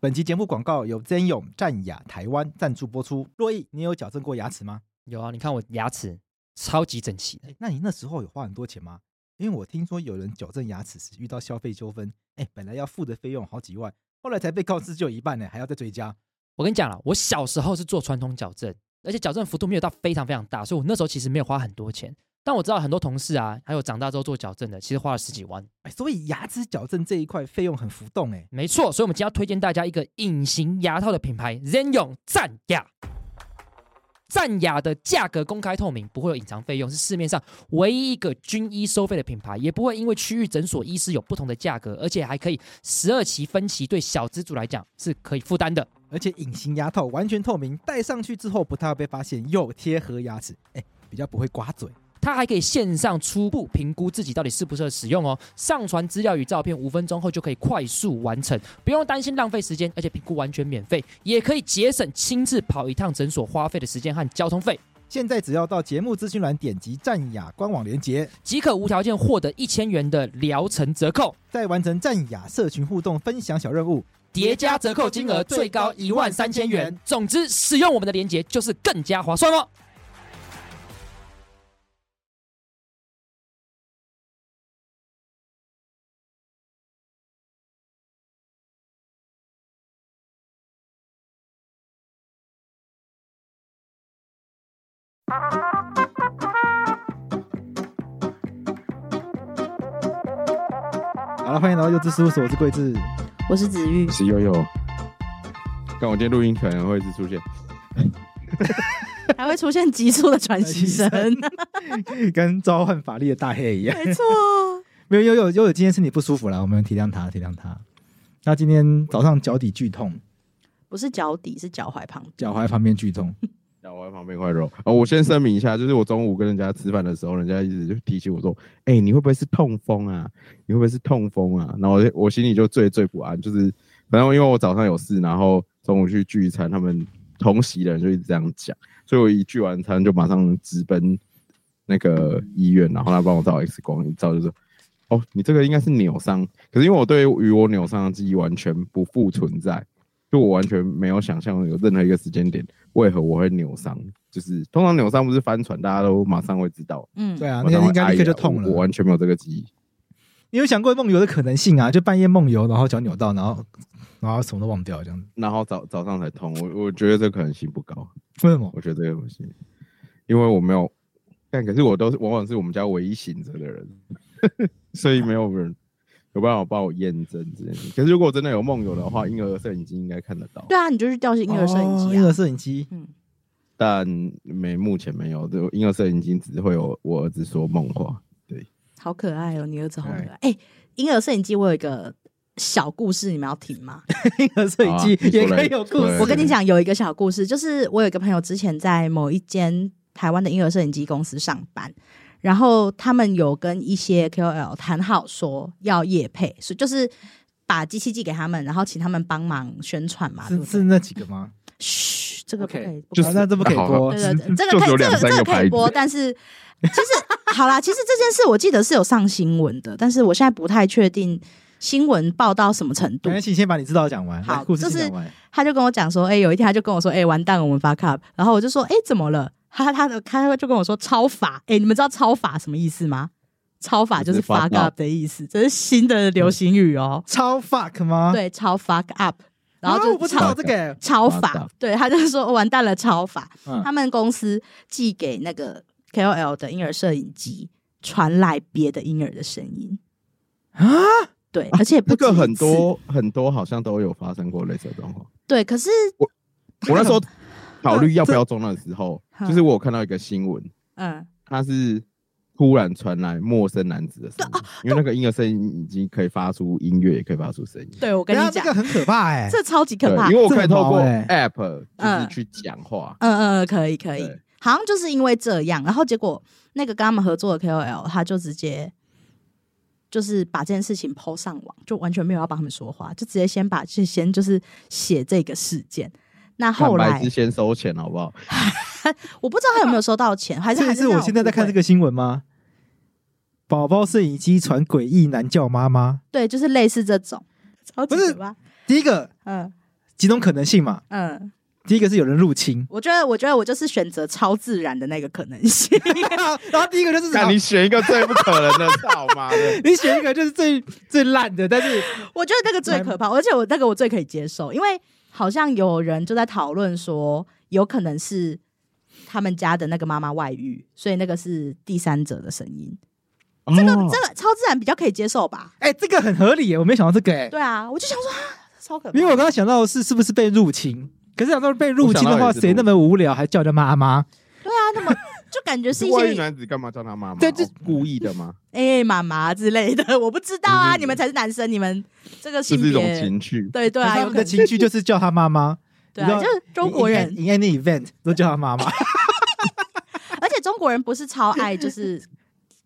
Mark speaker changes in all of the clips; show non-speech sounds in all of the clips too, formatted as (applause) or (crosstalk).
Speaker 1: 本期节目广告由真勇战雅台湾赞助播出。洛毅，你有矫正过牙齿吗？
Speaker 2: 有啊，你看我牙齿超级整齐的，
Speaker 1: 那你那时候有花很多钱吗？因为我听说有人矫正牙齿时遇到消费纠纷，哎，本来要付的费用好几万，后来才被告知就一半呢，还要再追加。
Speaker 2: 我跟你讲了，我小时候是做传统矫正，而且矫正幅度没有到非常非常大，所以我那时候其实没有花很多钱。但我知道很多同事啊，还有长大之后做矫正的，其实花了十几万。
Speaker 1: 哎，所以牙齿矫正这一块费用很浮动哎。
Speaker 2: 没错，所以我们今天要推荐大家一个隐形牙套的品牌 Zenyong 赞雅。赞雅的价格公开透明，不会有隐藏费用，是市面上唯一一个均一收费的品牌，也不会因为区域诊所医师有不同的价格，而且还可以十二期分期，对小资主来讲是可以负担的。
Speaker 1: 而且隐形牙套完全透明，戴上去之后不太会被发现，又贴合牙齿，哎，比较不会刮嘴。
Speaker 2: 它还可以线上初步评估自己到底适不适合使用哦，上传资料与照片，五分钟后就可以快速完成，不用担心浪费时间，而且评估完全免费，也可以节省亲自跑一趟诊所花费的时间和交通费，
Speaker 1: 现在只要到节目资讯栏点击战雅官网连接，
Speaker 2: 即可无条件获得一千元的疗程折扣，
Speaker 1: 再完成战雅社群互动分享小任务，
Speaker 2: 叠加折扣金额最高一万三千元。总之，使用我们的链接就是更加划算哦。
Speaker 1: 好了，欢迎来到幼稚事务所，我是桂智。 (laughs)
Speaker 3: 我是子玉，
Speaker 4: 是悠悠。但我今天录音可能会一直出现，
Speaker 3: (laughs) 还会出现急促的喘息 (laughs) 声，
Speaker 1: 跟召唤法力的大黑一样。
Speaker 3: 没错。
Speaker 1: 没有悠悠悠悠，今天身体不舒服了，我们体谅他，体谅他。他今天早上脚底剧痛，
Speaker 3: 不是脚底，是脚踝旁。
Speaker 1: 脚踝旁边剧痛。
Speaker 4: 然后我在旁边块肉。哦，我先声明一下，就是我中午跟人家吃饭的时候，人家一直就提醒我说：“哎、你会不会是痛风啊？你会不会是痛风啊？”然后我就我心里就最最不安，就是反正因为我早上有事，然后中午去聚餐，他们同席的人就一直这样讲，所以我一聚完餐就马上直奔那个医院，然后他帮我照 X 光，一照就说。哦，你这个应该是扭伤，可是因为我对于我扭伤的记忆完全不复存在，就我完全没有想象有任何一个时间点为何我会扭伤，就是通常扭伤不是翻船，大家都马上会知道，
Speaker 3: 嗯，
Speaker 1: 对啊，
Speaker 4: 马
Speaker 1: 那
Speaker 4: 上
Speaker 1: 个
Speaker 4: 会
Speaker 1: 应该立
Speaker 4: 哎
Speaker 1: 刻
Speaker 4: 呀
Speaker 1: 就痛
Speaker 4: 我我
Speaker 1: 了。
Speaker 4: 完全没有这个记忆。
Speaker 1: 你有想过梦游的可能性啊？就半夜梦游，然后脚扭到，然后然后什么都忘掉这样子。
Speaker 4: 然后早早上才痛，我我觉得这可能性不高，
Speaker 1: 为什么？
Speaker 4: 我觉得这个不行，因为我没有，但可是我都是往往是我们家唯一醒着的人， (laughs) 所以没有人有办法帮我验证这件事。可是如果真的有梦游的话，婴儿摄影机应该看得到，
Speaker 3: 对啊，你就去调婴儿摄影
Speaker 1: 哦
Speaker 3: 机
Speaker 1: 婴
Speaker 3: 啊
Speaker 1: 儿。摄影机。
Speaker 3: 嗯，
Speaker 4: 但没目前没有，就婴儿摄影机只会有我儿子说梦话。
Speaker 3: 好可爱哦，你儿子好可爱。哎，婴儿摄影机，我有一个小故事，你们要听吗？
Speaker 1: 婴儿摄影
Speaker 4: 好啊
Speaker 1: 机
Speaker 4: 你说
Speaker 1: 也可
Speaker 4: 来
Speaker 1: 以有故事
Speaker 4: 对
Speaker 3: 我。跟你讲，有一个小故事，就是我有一个朋友之前在某一间台湾的婴儿摄影机公司上班，然后他们有跟一些 KOL 谈好说要业配，所以就是把机器寄给他们，然后请他们帮忙宣传嘛。对
Speaker 1: 是
Speaker 3: 不对
Speaker 1: 是那几个吗？
Speaker 3: 嘘，这个不可
Speaker 1: OK，
Speaker 3: 以，不
Speaker 4: 就是
Speaker 1: 啊那这不可以
Speaker 4: 好
Speaker 1: 播
Speaker 3: 对。对
Speaker 4: (laughs)
Speaker 3: 对，这个
Speaker 4: 就
Speaker 3: 可
Speaker 4: 只
Speaker 3: 以，
Speaker 4: 有
Speaker 3: 这
Speaker 4: 两
Speaker 3: 个
Speaker 4: 三
Speaker 3: 这
Speaker 4: 个
Speaker 3: 个可以播，但是其实好啦，其实这件事我记得是有上新闻的，但是我现在不太确定新闻报到什么程度
Speaker 1: 没。关系，先把你知道的讲完，
Speaker 3: 好
Speaker 1: 把故事
Speaker 3: 就
Speaker 1: 先
Speaker 3: 是
Speaker 1: 讲完。
Speaker 3: 他就跟我讲说，哎、有一天他就跟我说，哎、完蛋了，我们发卡，然后我就说，哎、怎么了？他他的他就跟我说超法，哎、你们知道超法什么意思吗？超法就是
Speaker 4: 就是 fuck
Speaker 3: fuck up 的意思，这是新的流行语哦。
Speaker 1: 超 fuck
Speaker 4: 嗯
Speaker 1: 吗？
Speaker 3: 对，超 fuck up，然后
Speaker 1: 啊我
Speaker 3: 就
Speaker 1: 不
Speaker 3: 是
Speaker 1: 知
Speaker 3: 超、
Speaker 1: 道这个，
Speaker 3: 超
Speaker 4: 超
Speaker 3: 法
Speaker 4: 法，
Speaker 3: 对，他就说完蛋了，超法。
Speaker 1: 嗯
Speaker 3: 他们公司寄给那个 KOL 的婴儿摄影机传来别的婴儿的声音，
Speaker 1: 啊，
Speaker 3: 对，而且不
Speaker 4: 这
Speaker 3: 止一
Speaker 4: 个
Speaker 3: 次
Speaker 4: 很多很多好像都有发生过类似的状况。
Speaker 3: 对，可是
Speaker 4: 我那
Speaker 3: (laughs)
Speaker 4: 时候考虑要不要中断的时候，
Speaker 3: 这
Speaker 4: 就是我有看到一个新闻，
Speaker 3: 嗯，
Speaker 4: 它是突然传来陌生男子的声
Speaker 3: 啊
Speaker 4: 音，因为那个婴儿声音已经可以发出音乐，也可以发出声音。
Speaker 3: 对我跟
Speaker 1: 等
Speaker 3: 你
Speaker 1: 一下啊
Speaker 3: 讲，
Speaker 1: 这个很可怕哎。
Speaker 3: 这超级
Speaker 4: 啊对
Speaker 3: 可怕，，
Speaker 4: 因为我可以透过
Speaker 1: 这很毛欸
Speaker 4: app 就是
Speaker 3: 嗯
Speaker 4: 去讲话，
Speaker 3: 嗯嗯，可以可以
Speaker 4: 对，
Speaker 3: 好像就是因为这样，然后结果那个跟他们合作的 KOL 他就直接。就是把这件事情抛上网，就完全没有要帮他们说话，就直接先把这先就是写这个事件。那后
Speaker 4: 坦
Speaker 3: 来
Speaker 4: 白之先收钱好不好？
Speaker 3: 我不知道他有没有收到钱，还是
Speaker 1: 这
Speaker 3: 还
Speaker 1: 个
Speaker 3: 是
Speaker 1: 是
Speaker 3: 让
Speaker 1: 我现在在
Speaker 3: 误
Speaker 1: 看
Speaker 3: 会
Speaker 1: 这个新闻吗？宝宝摄影机传诡异男叫妈妈。 (laughs)
Speaker 3: 对，就是类似这种，超级
Speaker 1: 不是
Speaker 3: 可怕。
Speaker 1: 第一个，
Speaker 3: 嗯，
Speaker 1: 几种可能性嘛。
Speaker 3: 嗯，，
Speaker 1: 第一个是有人入侵
Speaker 3: (laughs) 我觉得，我觉得我就是选择超自然的那个可能性。 (laughs)
Speaker 1: 然后第一个就是
Speaker 4: 那你选一个最不可能的，操妈的！
Speaker 1: 你选一个就是最最烂的，但是
Speaker 3: 我觉得那个最可怕，而且我那个我最可以接受，因为好像有人就在讨论说，有可能是他们家的那个妈妈外遇，所以那个是第三者的声音。
Speaker 4: 这
Speaker 3: (laughs) 这个
Speaker 1: 哦
Speaker 3: 这个超自然比较可以接受吧？
Speaker 1: 哎、这个很合理耶，我没想到这个哎，
Speaker 3: 对啊，我就想说啊，超可怕。
Speaker 1: 因为我刚刚想到的是是不是被入侵，可是想到被入侵的
Speaker 4: 我想到
Speaker 1: 话，
Speaker 4: 也是
Speaker 1: 谁那么无聊还叫人家妈妈？
Speaker 3: 对啊，那么就感觉是一
Speaker 4: (laughs) 外遇
Speaker 3: 些
Speaker 4: 男子干嘛叫他妈妈？
Speaker 1: 对这
Speaker 4: 哦故意的吗？
Speaker 3: 哎妈妈之类的， (laughs) 我不知道啊，
Speaker 4: 就是
Speaker 3: 你们才是男生，你们这个
Speaker 4: 这
Speaker 3: 性
Speaker 4: 是一种
Speaker 3: 别。
Speaker 4: 情趣。
Speaker 3: 对对啊，
Speaker 1: 他
Speaker 3: 有
Speaker 1: 们
Speaker 3: 可
Speaker 1: 的
Speaker 3: 能
Speaker 1: 情绪就是叫他妈妈，
Speaker 3: 对
Speaker 1: 你
Speaker 3: 啊，
Speaker 1: 知道
Speaker 3: 就是 (laughs) 中国人
Speaker 1: in in any event 都叫他
Speaker 3: (laughs)
Speaker 1: 妈妈。
Speaker 3: 而且中国人不是超爱就是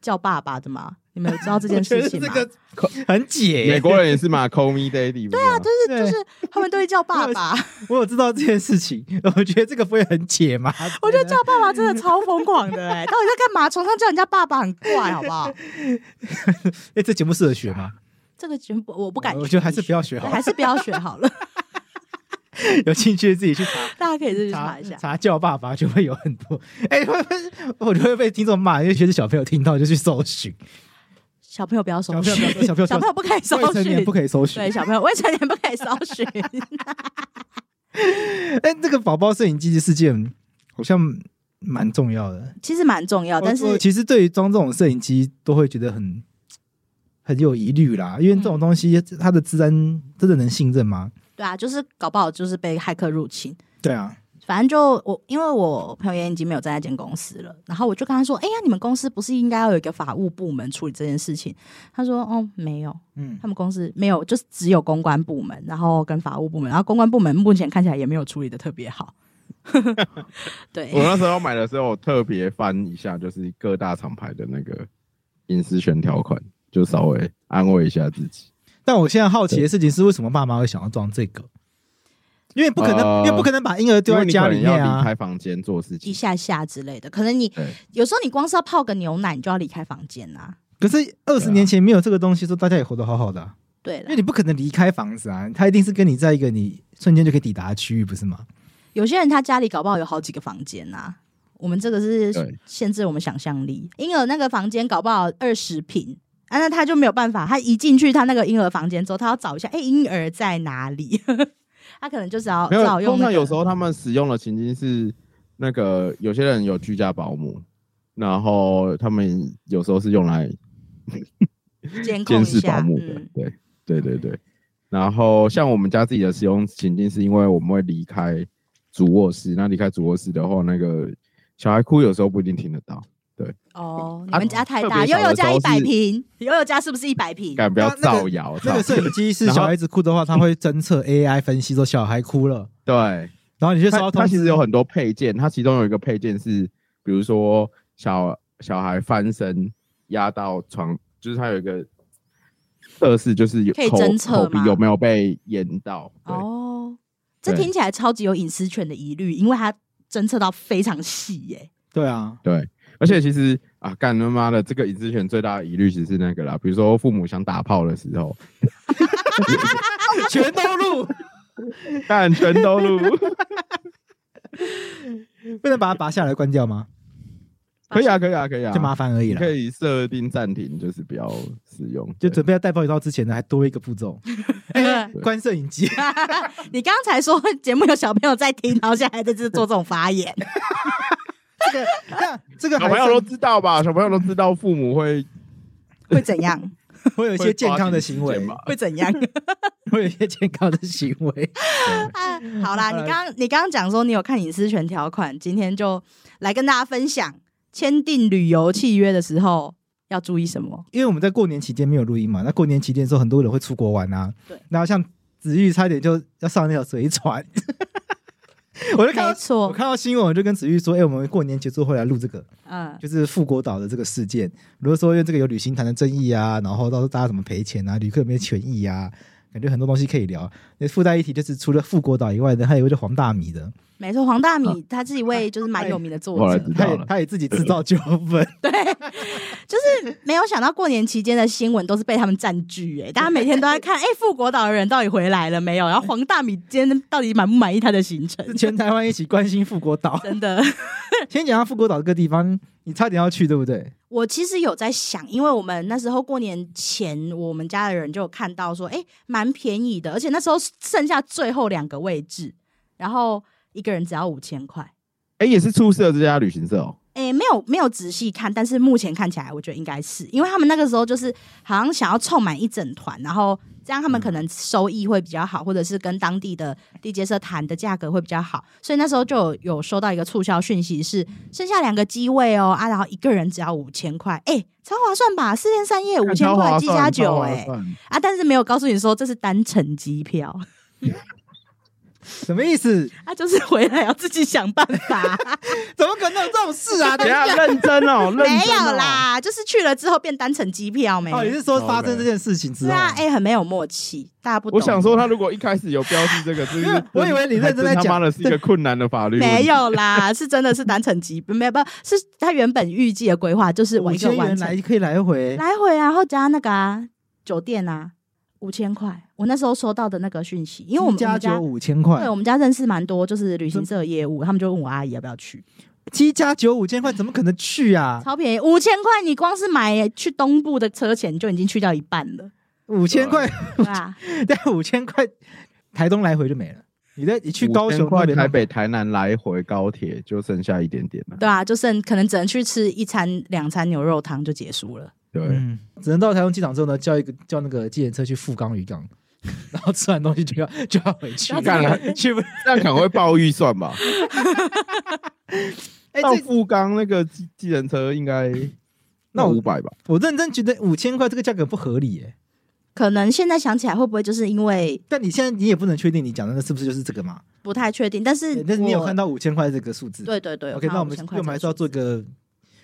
Speaker 3: 叫爸爸的吗？ (laughs) 你们有知道这件事情吗？
Speaker 1: 这个很解耶，
Speaker 4: 美国人也是嘛，Call me daddy。对啊，
Speaker 3: 就是
Speaker 1: 对
Speaker 3: 就是他们都会叫爸爸，
Speaker 1: 我有知道这件事情，我觉得这个不会很解吗？
Speaker 3: (laughs) 我觉得叫爸爸真的超疯狂的哎、到底在干嘛？床上叫人家爸爸很怪，好
Speaker 1: (laughs)
Speaker 3: 不好？
Speaker 1: 哎、这节目适合学吗？
Speaker 3: 这个全部我不敢，
Speaker 1: 我觉得还是不要学好
Speaker 3: (laughs) 对还是不要学好了。 (laughs)
Speaker 1: 有兴趣的自己去查
Speaker 3: 大家可以自己去查
Speaker 1: 查
Speaker 3: 一下。
Speaker 1: 查叫爸爸，就会有很多。哎、会不会我就会被听众骂，因为学是小朋友听到就去搜寻，
Speaker 3: 小朋友不要搜
Speaker 1: 小朋友
Speaker 3: 寻，
Speaker 1: 不要小朋友
Speaker 3: 小朋友不可以搜
Speaker 1: 未成年
Speaker 3: 寻，
Speaker 1: 不可以搜寻
Speaker 3: 对，。小朋友未成年不可以搜寻。
Speaker 1: 但哎这个宝宝摄影机的事件好像蛮重要的。
Speaker 3: 其实蛮重啊要，但
Speaker 1: 我我
Speaker 3: 是
Speaker 1: 其实对于装这种摄影机都会觉得很很有疑虑啦，因为这
Speaker 3: 嗯
Speaker 1: 种东西、它的治安真的能信任吗？
Speaker 3: 对啊，就是搞不好就是被骇客入侵。
Speaker 1: 对啊，
Speaker 3: 反正就我，因为我朋友也已经没有在那间公司了，然后我就跟他说：“哎呀，你们公司不是应该要有一个法务部门处理这件事情？”他说：“哦，没有，
Speaker 1: 嗯
Speaker 3: 他，们公司没有，就是只有公关部门，然后跟法务部门，然后公关部门目前看起来也没有处理的特别好。 (laughs) 对
Speaker 4: 我，那时候买的时候，我特别翻一下，就是各大厂牌的那个隐私权条款，就稍微安慰一下自己。
Speaker 1: 但我现在好奇的事情是，为什么爸妈会想要装这个？因为不可能，
Speaker 4: 呃
Speaker 1: 因为不可能把婴儿丢
Speaker 4: 因
Speaker 1: 在
Speaker 4: 为你
Speaker 1: 家
Speaker 4: 可
Speaker 1: 里
Speaker 4: 能
Speaker 1: 面
Speaker 4: 要离
Speaker 1: 啊。
Speaker 4: 开房间做事
Speaker 3: 一
Speaker 4: 情。
Speaker 3: 下下之类的，可能你
Speaker 4: 对，
Speaker 3: 有时候你光是要泡个牛奶，你就要离开房间啊。
Speaker 1: 可是二十年前没有这个东西，说大家也活得好好的啊、
Speaker 3: 对
Speaker 1: 因
Speaker 3: 了
Speaker 1: 为，你不可能离开房子啊，他一定是跟你在一个你瞬间就可以抵达的区域，不是吗？
Speaker 3: 有些人他家里搞不好有好几个房间呐、我们这个是
Speaker 4: 对
Speaker 3: 限制我们想象力。婴儿那个房间搞不好二十平，啊，那他就没有办法。他一进去他那个婴儿房间之后，他要找一下，哎、婴儿在哪里？ (laughs) 他可能就只好
Speaker 4: 没
Speaker 3: 只
Speaker 4: 有，
Speaker 3: 好用、
Speaker 4: 通
Speaker 3: 那
Speaker 4: 常
Speaker 3: 个
Speaker 4: 有时候他们使用的情境是，那个有些人有居家保姆，然后他们有时候是用来
Speaker 3: 监控
Speaker 4: 监
Speaker 3: 一
Speaker 4: 视
Speaker 3: 下，
Speaker 4: 保姆的，
Speaker 3: 嗯，
Speaker 4: 对对对对。然后像我们家自己的使用情境，是因为我们会离开主卧室，那离开主卧室的话，那个小孩哭有时候不一定听得到，
Speaker 3: 哦，你
Speaker 4: 啊
Speaker 3: 们家太
Speaker 4: 特
Speaker 3: 大，
Speaker 4: 别
Speaker 3: 悠
Speaker 4: 小
Speaker 3: 悠
Speaker 4: 的
Speaker 3: 家
Speaker 4: 时候
Speaker 3: 一百
Speaker 4: 是
Speaker 3: 平，悠悠家是不是一百平？
Speaker 4: 敢不要
Speaker 1: 那那个
Speaker 4: 造谣？
Speaker 1: 那个
Speaker 4: 造
Speaker 1: 摄影机
Speaker 4: (laughs)
Speaker 1: 是
Speaker 4: 然后
Speaker 1: 小孩子哭的话，它会侦测 AI 分析说小孩哭了，
Speaker 4: 对，
Speaker 1: 然后 (laughs) 你就收
Speaker 4: 它
Speaker 1: 到
Speaker 4: 它
Speaker 1: 通
Speaker 4: 其
Speaker 1: 知
Speaker 4: 实有很多配件，它其中有一个配件是，比如说小小孩翻身压到床，就是它有一个测试，就是有
Speaker 3: 可以
Speaker 4: 口
Speaker 3: 侦测
Speaker 4: 口鼻
Speaker 3: 吗
Speaker 4: 有没有被淹到。对，
Speaker 3: 哦，这
Speaker 4: 对
Speaker 3: 听起来超级有隐私权的疑虑，因为他侦测到非常细耶、
Speaker 1: 对啊，
Speaker 4: 而且其实啊，干他妈的，这个隐私权最大的疑虑其实是那个啦，比如说父母想打炮的时候，
Speaker 1: 全都录，
Speaker 4: 干全
Speaker 3: (laughs)
Speaker 4: 都录，
Speaker 1: 不能把它拔下来关掉
Speaker 4: (laughs)
Speaker 1: 吗？
Speaker 4: 可以啊，可以啊，可以啊，
Speaker 1: 就麻烦而已
Speaker 4: 你
Speaker 1: 啦
Speaker 4: 可。以设定暂停，就是不要使用，
Speaker 1: 就
Speaker 4: 对
Speaker 1: 准备要带报一刀之前呢，还多一个步骤，哎关摄影机。 (laughs)
Speaker 3: 你刚才说节目有小朋友在听，然后现在还在这做这种发言，
Speaker 1: 这个那这个
Speaker 4: 小
Speaker 1: 还
Speaker 4: 朋友都
Speaker 1: 算
Speaker 4: 知道吧？小朋友都知道父母会
Speaker 3: (laughs) 会怎样？
Speaker 1: (laughs) 会有一些健康的行为
Speaker 4: 会抓紧时间嘛，
Speaker 3: 会怎样？
Speaker 1: (laughs) 会有一些健康的行为。
Speaker 3: (laughs) 啊，好啦，你刚你刚刚讲说你有看隐私权条款，今天就来跟大家分享签订旅游契约的时候要注意什么。
Speaker 1: 因为我们在过年期间没有录音嘛，那过年期间的时候，很多人会出国玩啊。
Speaker 3: 对，
Speaker 1: 然后像子玉差点就要上那条水船， (laughs) 我就看
Speaker 3: 没
Speaker 1: 到我
Speaker 3: 错，
Speaker 1: 看到新闻，我就跟子玉说：“哎、我们过年结束会来录这个，
Speaker 3: 嗯，
Speaker 1: 就是富国岛的这个事件。如果说因为这个有旅行团的争议啊，然后到时候大家怎么赔钱啊，旅客有没有权益啊，感觉很多东西可以聊。那附带一提就是，除了富国岛以外呢，还有一个叫黄大米的，
Speaker 3: 没错，黄大米他是一 (laughs) 位就是蛮有名的
Speaker 4: 后
Speaker 3: 作
Speaker 4: 来
Speaker 3: 者
Speaker 4: 知，
Speaker 1: 他
Speaker 4: 道
Speaker 1: 也
Speaker 4: 了，
Speaker 1: 他也自己制造纠
Speaker 3: (laughs)
Speaker 1: 纷，
Speaker 3: 就是没有想到过年期间的新闻都是被他们占据、 (laughs) 哎，大家每天都在看，哎、富国岛的人到底回来了没有？然后黄大米今天到底满不满意他的行程 (laughs)
Speaker 1: 是？全台湾一起关心富国岛。
Speaker 3: 真的，
Speaker 1: 先讲下富国岛这个地方，你差点要去，对不对？
Speaker 3: 我其实有在想，因为我们那时候过年前，我们家的人就有看到说，哎、蛮便宜的，而且那时候剩下最后两个位置，然后一个人只要五千块。
Speaker 4: 哎，也是出色这家旅行社哦，
Speaker 3: 诶、没有没有仔细看，但是目前看起来，我觉得应该是，因为他们那个时候就是好像想要凑满一整团，然后这样他
Speaker 4: 嗯
Speaker 3: 们可能收益会比较好，或者是跟当地的地接社谈的价格会比较好，所以那时候就有有收到一个促销讯息是，剩下两个机位哦啊，然后一个人只要五千块，诶、超划算吧？四天三夜五千
Speaker 4: 超
Speaker 3: 块
Speaker 4: 划
Speaker 3: 机加
Speaker 4: 算超
Speaker 3: 酒、
Speaker 4: 划
Speaker 1: 哎
Speaker 3: 诶
Speaker 4: 算
Speaker 3: 啊，但是没有告诉你说这是单程机票，
Speaker 1: 什么意思？
Speaker 3: 啊，就是回来要自己想办法。
Speaker 1: 怎么可能有这种事
Speaker 3: (laughs)
Speaker 1: 啊？
Speaker 4: 等一下认
Speaker 1: (laughs)
Speaker 4: 真哦， (laughs) 认真
Speaker 3: 没
Speaker 4: 哦哎
Speaker 3: 有，啦，就是去了之后变单程机票没？
Speaker 1: 哦，你是说发生这件事情之
Speaker 3: 是
Speaker 1: 后？
Speaker 3: 啊，哎、很没有默契，大家不懂。
Speaker 4: 我想说，他如果一开始有标记这个，就
Speaker 1: 因为
Speaker 4: 是
Speaker 1: (laughs) 我以为你认真在
Speaker 4: 还真他妈
Speaker 1: 讲
Speaker 4: 的是一个困难的法律问题，
Speaker 3: 没有啦， (laughs) 是真的是单程机，没有不是他原本预计的规划就是我
Speaker 1: 五
Speaker 3: 一个
Speaker 1: 千
Speaker 3: 完
Speaker 1: 元
Speaker 3: 成
Speaker 1: 来可以来回，
Speaker 3: 来回啊，然后加那个啊酒店啊五千块，我那时候收到的那个讯息，因为我们
Speaker 1: 七加
Speaker 3: 我
Speaker 1: 九
Speaker 3: 们
Speaker 1: 五千块
Speaker 3: 对我，们家认识蛮多就是旅行社的业务，他们就问我阿姨要不要去，
Speaker 1: 七加九五千块怎么可能去啊？
Speaker 3: 超便宜五千块，你光是买去东部的车钱就已经去掉一半
Speaker 1: (laughs)
Speaker 3: 了，
Speaker 1: 五千块，
Speaker 3: 对啊吧？
Speaker 1: 但五千块，台东来回就没了。你在你去高雄、
Speaker 4: 快
Speaker 1: 那边
Speaker 4: 台北、台南来回高铁就剩下一点点了。
Speaker 3: 对啊，就剩可能只能去吃一餐两餐牛肉汤就结束了。
Speaker 4: 对，
Speaker 1: 嗯，只能到台东机场之后呢，叫一个叫那个计程车去富冈渔港， (laughs) 然后吃完东西就要就要回去
Speaker 3: 然后，
Speaker 4: 干了
Speaker 1: 去不？
Speaker 4: 这样可能会爆预算吧？
Speaker 1: 哎，
Speaker 4: 到
Speaker 1: 这
Speaker 4: 富冈那个计计程车应该
Speaker 1: 那我
Speaker 4: 五百吧？
Speaker 1: 我认真觉得五千块这个价格不合理耶。
Speaker 3: 可能现在想起来会不会就是因为
Speaker 1: 但你现在你也不能确定你讲的那是不是就是这个嘛？
Speaker 3: 不太确定，但是
Speaker 1: 对但是你有
Speaker 3: 我
Speaker 1: 看到五千块这个数字？
Speaker 3: 对对对
Speaker 1: ，OK，那我们
Speaker 3: 看到
Speaker 1: 我们还是要做一个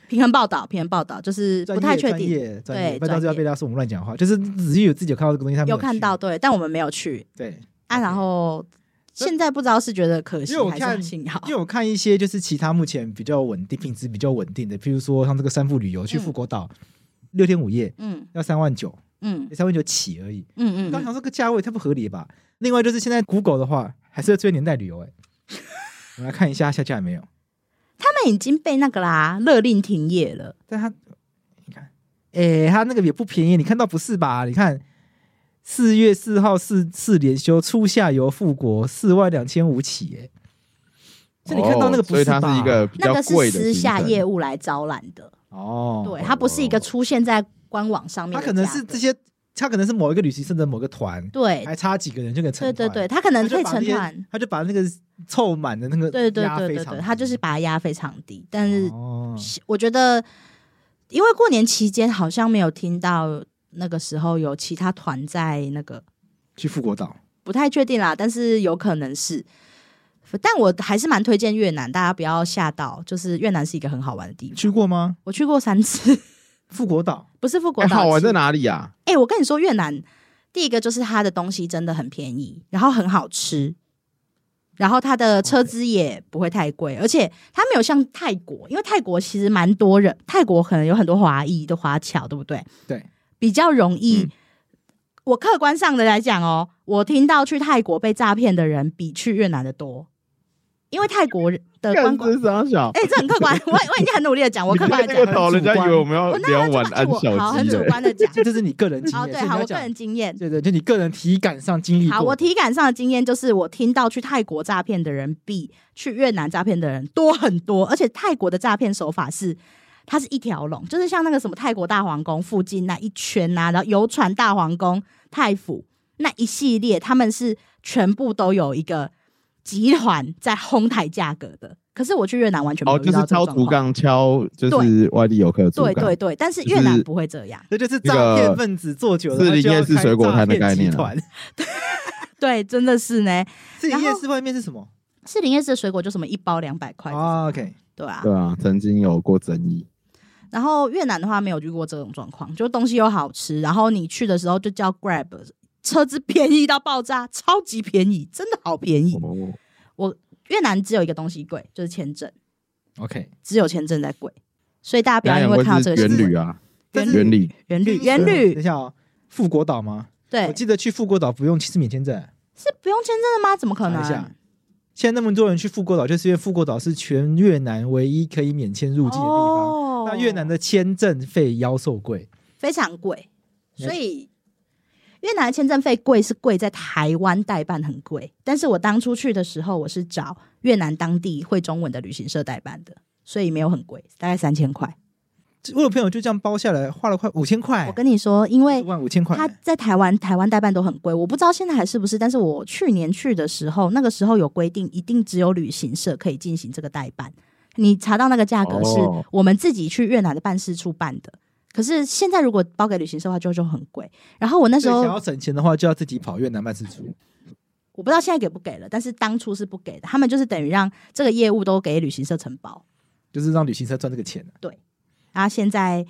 Speaker 3: 平衡报道，平衡报道就是
Speaker 1: 专
Speaker 3: 不
Speaker 1: 业
Speaker 3: 太确
Speaker 1: 专
Speaker 3: 定，
Speaker 1: 业专业，
Speaker 3: 对
Speaker 1: 不然到时候要
Speaker 3: 专业
Speaker 1: 被大家说我们乱讲话。就是只是有自己有看到这个东西，他们
Speaker 3: 有
Speaker 1: 去
Speaker 3: 看到对，但我们没有去
Speaker 1: 对
Speaker 3: 啊。然后现在不知道是觉得可惜
Speaker 1: 因为我
Speaker 3: 还是
Speaker 1: 看
Speaker 3: 很幸好
Speaker 1: 因，为我看一些就是其他目前比较稳定、品质比较稳定的，譬如说像这个三富旅游去富国岛六天五夜
Speaker 3: 嗯
Speaker 1: 要三万九，
Speaker 3: 嗯
Speaker 1: 三万九起而已。
Speaker 3: 嗯
Speaker 1: 刚
Speaker 3: 嗯，
Speaker 1: 想这个价位太不合理吧？另外就是现在 Google 的话还是最年代旅游哎，我们来看一下下架没有？
Speaker 3: 他们已经被那个啦勒令停业了，
Speaker 1: 但它你看，哎，它那个也不便宜，你看到不是吧？你看。四月四号四四连休，初夏游富国四万两千五起，哎，所以你看到那个
Speaker 4: 哦
Speaker 1: 不
Speaker 4: 所以
Speaker 1: 吧？
Speaker 4: 它是一个比
Speaker 3: 那
Speaker 4: 较
Speaker 3: 个
Speaker 4: 贵
Speaker 3: 是
Speaker 4: 的
Speaker 3: 私下
Speaker 4: 行程哎
Speaker 3: 业务来招揽的，
Speaker 1: 哦，
Speaker 3: 对，它不是一个出现在官网上面
Speaker 1: 他
Speaker 3: 的价
Speaker 1: 可
Speaker 3: 格，
Speaker 1: 能是这些，他可能是某一个旅行社的某个团，
Speaker 3: 对
Speaker 1: 还差几个人就可以成
Speaker 3: 对对
Speaker 1: 团，
Speaker 3: 对，他可能可
Speaker 1: 他
Speaker 3: 以
Speaker 1: 就把
Speaker 3: 成
Speaker 1: 那些
Speaker 3: 团，，
Speaker 1: 他就把那个凑满的那个
Speaker 3: 对对
Speaker 1: 压
Speaker 3: 对
Speaker 1: 非
Speaker 3: 对
Speaker 1: 常
Speaker 3: 对，
Speaker 1: 低
Speaker 3: 他就是把它压非常低，但是
Speaker 1: 哦，
Speaker 3: 我觉得，因为过年期间好像没有听到那个时候有其他团在那个，
Speaker 1: 去富国岛，
Speaker 3: 不太确定啦，但是有可能是。但我还是蛮推荐越南，大家不要吓到，就是越南是一个很好玩的地
Speaker 1: 你
Speaker 3: 方。
Speaker 1: 去过吗？
Speaker 3: 我去过三次， (laughs)
Speaker 1: 富国岛
Speaker 3: 不是富国
Speaker 4: 哎，
Speaker 3: 岛。
Speaker 4: 好玩在
Speaker 3: 是？
Speaker 4: 哪里啊？
Speaker 3: 哎、我跟你说，越南第一个就是它的东西真的很便宜，然后很好吃，然后它的车资也不会太贵，而且它没有像泰国，因为泰国其实蛮多人，泰国可能有很多华裔的华侨，对不对？
Speaker 1: 对，
Speaker 3: 比较容易。
Speaker 4: 嗯
Speaker 3: 我客观上的来讲哦，我听到去泰国被诈骗的人比去越南的多，因为泰国的
Speaker 1: 呃
Speaker 3: 观
Speaker 4: 干
Speaker 3: 光，
Speaker 4: 这傻小，
Speaker 3: 哎、这很客观，我我已经很努力的讲，我
Speaker 4: 你
Speaker 3: 客
Speaker 4: 看
Speaker 3: 观的
Speaker 4: 这
Speaker 3: 讲
Speaker 4: 个，头，人家以为我们要
Speaker 3: 我那
Speaker 4: 聊晚安
Speaker 3: 我好
Speaker 4: 小
Speaker 3: 很
Speaker 4: 鸡
Speaker 3: 主
Speaker 4: 的。
Speaker 3: 观的讲，
Speaker 1: 这是你个人经
Speaker 3: 好
Speaker 1: 验，
Speaker 3: 哦对，
Speaker 1: 所以你
Speaker 3: 好，
Speaker 1: 要
Speaker 3: 我个
Speaker 1: 讲
Speaker 3: 人，经验。
Speaker 1: 对对，就你个人体感上经历过，
Speaker 3: 好，我体感上的经验就是，我听到去泰国诈骗的人比去越南诈骗的人多很多，而且泰国的诈骗手法是。它是一条龙，就是像那个什么泰国大皇宫附近那一圈呐、啊，然后游船大皇宫、泰府那一系列，他们是全部都有一个集团在哄抬价格的。可是我去越南完全没
Speaker 4: 哦，
Speaker 3: 有遇
Speaker 4: 就
Speaker 3: 到
Speaker 4: 是
Speaker 3: 这种
Speaker 4: 敲
Speaker 3: 状
Speaker 4: 竹
Speaker 3: 况，
Speaker 4: 杠，敲就是外地游客的竹
Speaker 3: 对
Speaker 4: 杠。
Speaker 3: 对对，但是
Speaker 4: 就是
Speaker 3: 越南不会这样，
Speaker 1: 这就是
Speaker 4: 那
Speaker 1: 诈骗
Speaker 4: 个
Speaker 1: 分子做久了，
Speaker 4: 士
Speaker 1: 他
Speaker 4: 林
Speaker 1: 就
Speaker 4: 夜
Speaker 1: 要
Speaker 4: 市
Speaker 1: 开
Speaker 4: 水果
Speaker 1: 诈
Speaker 4: 摊的
Speaker 1: 骗
Speaker 4: 概
Speaker 1: 集
Speaker 4: 念啊
Speaker 1: 团
Speaker 3: 对，真的是呢。
Speaker 1: 士林
Speaker 3: (laughs) 然
Speaker 1: 夜
Speaker 3: 后
Speaker 1: 市外面是什么？
Speaker 3: 士林夜市的水果就什么一包两百块，
Speaker 1: 啊，OK，
Speaker 3: 对啊，
Speaker 4: 对啊，曾经有过争议。
Speaker 3: 然后越南的话没有遇过这种状况，就东西又好吃，然后你去的时候就叫 Grab，车子便宜到爆炸，超级便宜，真的好便宜。
Speaker 4: 哦
Speaker 3: 越南只有一个东西贵，就是签证，
Speaker 1: OK，
Speaker 3: 只有签证在贵，所以大家不要因
Speaker 4: 那
Speaker 3: 为
Speaker 4: 两
Speaker 3: 看到
Speaker 4: 位
Speaker 3: 这个
Speaker 4: 是
Speaker 3: 新
Speaker 4: 原
Speaker 3: 闻
Speaker 4: 旅啊，
Speaker 1: 但是
Speaker 4: 原旅
Speaker 3: 元旅，
Speaker 1: 对
Speaker 3: 元
Speaker 1: 等一
Speaker 3: 旅，
Speaker 1: 下哦，富国岛吗？我
Speaker 3: 对，
Speaker 1: 记得去富国岛不用是免签证。
Speaker 3: 是不用签证的吗？怎么可
Speaker 1: 查一下
Speaker 3: 能？
Speaker 1: 现在那么多人去富国岛，就是因为富国岛是全越南唯一可以免签入境的地方。
Speaker 3: 哦
Speaker 1: 那越南的签证费妖兽贵，
Speaker 3: 非常贵，
Speaker 1: 没
Speaker 3: 所以越南的签证费贵是贵在台湾代办很贵，但是我当初去的时候，我是找越南当地会中文的旅行社代办的，所以没有很贵，大概三千块。
Speaker 1: 我有朋友就这样包下来，花了快五千块
Speaker 3: 我，跟你说，因为
Speaker 1: 一哎万五千块。
Speaker 3: 他在台湾台湾代办都很贵，我不知道现在还是不是，但是我去年去的时候，那个时候有规定，一定只有旅行社可以进行这个代办。你查到那个价格是
Speaker 4: 哦
Speaker 3: 我们自己去越南的办事处办的，可是现在如果包给旅行社的话，就就很贵。然后我那时
Speaker 1: 所以
Speaker 3: 候
Speaker 1: 想要省钱的话，就要自己跑越南办事处。
Speaker 3: 我不知道现在给不给了，但是当初是不给的。他们就是等于让这个业务都给旅行社承包。
Speaker 1: 就是让旅行社赚这个钱、
Speaker 3: 然后现在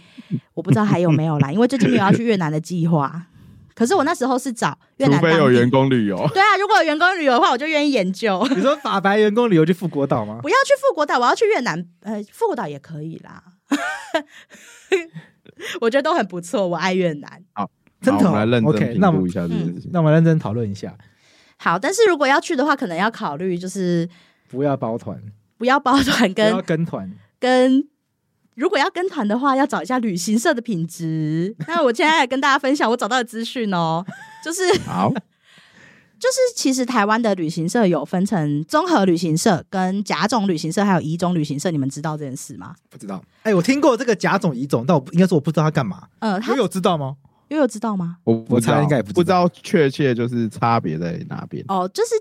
Speaker 3: 我不知道还有没有啦，因为最近没有要去越南的计划。可是我那时候是找越
Speaker 4: 除
Speaker 3: 南当
Speaker 4: 非
Speaker 3: 地，
Speaker 4: 有员工旅游，
Speaker 3: 对啊，如果有员工旅游的话，我就愿意研究。 (laughs)
Speaker 1: (laughs) 你说法白员工旅游去富国岛吗？
Speaker 3: 不要去富国岛，我要去越南，呃，富国岛也可以啦。 (laughs) 我觉得都很不错，我爱越南。
Speaker 1: 真的哦、
Speaker 4: 好我们来认
Speaker 1: OK，
Speaker 4: (laughs) 真评
Speaker 1: 那我
Speaker 4: 估
Speaker 1: 们
Speaker 4: 一下这件
Speaker 3: 嗯
Speaker 4: 事情。
Speaker 1: (laughs) 那我们认真讨论一下，
Speaker 3: 好，但是如果要去的话，可能要考虑就是
Speaker 1: 不要包团，
Speaker 3: 不要包团
Speaker 1: 不
Speaker 3: 跟
Speaker 1: 要跟团。
Speaker 3: 跟如果要跟团的话，要找一下旅行社的品 (laughs) 质。那我现在来跟大家分享我找到的资讯哦，就是
Speaker 4: (laughs) 好，
Speaker 3: 就是， (laughs) 其实台湾的旅行社有分成综合旅行社、跟甲种旅行社还有乙种旅行社，你们知道这件事吗？
Speaker 1: 不知道，哎、我听过这个甲种乙种，但我不应该说我不知道他干嘛。
Speaker 3: 呃，
Speaker 1: 我
Speaker 3: 他
Speaker 1: 有知道吗？
Speaker 3: 悠悠知道吗？
Speaker 4: 我不知
Speaker 1: 我猜
Speaker 4: 道，
Speaker 1: 应该也不知道
Speaker 4: 不知道确切就是差别在哪边。
Speaker 3: 哦，就是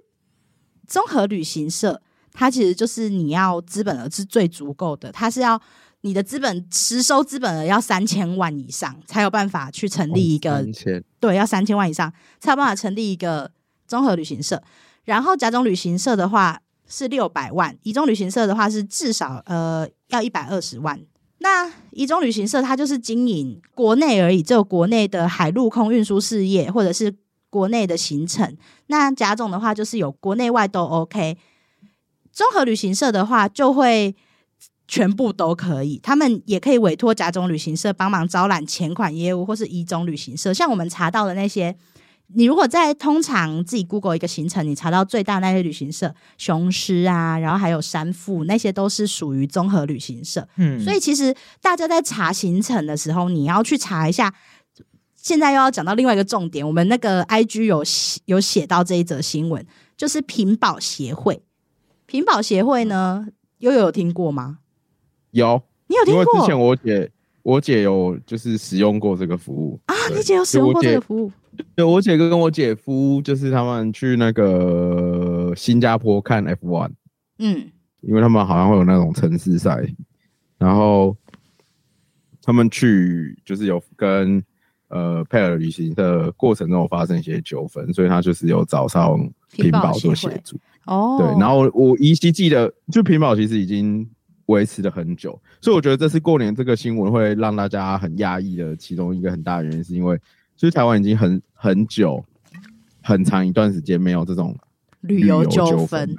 Speaker 3: 综合旅行社，它其实就是你要资本额是最足够的，它是要你的资本实收资本额要三千万以上，才有办法去成立一个、
Speaker 4: 哦三千
Speaker 3: 对，要三千万以上才有办法成立一个综合旅行社。然后甲种旅行社的话是六百万，乙种旅行社的话是至少呃要一百二十万。那乙种旅行社它就是经营国内而已，只有国内的海陆空运输事业或者是国内的行程。那甲种的话就是有国内外都 OK。综合旅行社的话就会全部都可以，他们也可以委托甲种旅行社帮忙招揽前款业务，或是乙种旅行社。像我们查到的那些，你如果在通常自己 Google 一个行程，你查到最大那些旅行社，雄狮啊，然后还有山富，那些都是属于综合旅行社。
Speaker 1: 嗯，
Speaker 3: 所以其实大家在查行程的时候，你要去查一下。现在又要讲到另外一个重点，我们那个 IG 有写有写到这一则新闻，就是屏保协会。屏保协会呢，悠悠有听过吗？
Speaker 4: 有，
Speaker 3: 你有
Speaker 4: 因
Speaker 3: 听
Speaker 4: 为之前
Speaker 3: 过
Speaker 4: 我姐我姐有就是使用过这个服务
Speaker 3: 啊？
Speaker 4: 对
Speaker 3: 你姐有使用过这个服务？
Speaker 4: 对我姐跟我姐夫就是他们去那个新加坡看 F1，
Speaker 3: 嗯，
Speaker 4: 因为他们好像会有那种城市赛，然后他们去就是有跟呃佩尔旅行的过程中有发生一些纠纷，所以他就是有找上
Speaker 3: 屏
Speaker 4: 屏
Speaker 3: 保
Speaker 4: 保做
Speaker 3: 协
Speaker 4: 协
Speaker 3: 会
Speaker 4: 助。
Speaker 3: 哦，
Speaker 4: 对，然后我依稀记得，就屏保其实已经维持了很久，所以我觉得这次过年这个新闻会让大家很压抑的其中一个很大的原因，是因为就是台湾已经很很久、很长一段时间没有这种
Speaker 3: 旅
Speaker 4: 旅
Speaker 3: 游
Speaker 4: 游
Speaker 3: 纠
Speaker 4: 纠
Speaker 3: 纷
Speaker 4: 纷，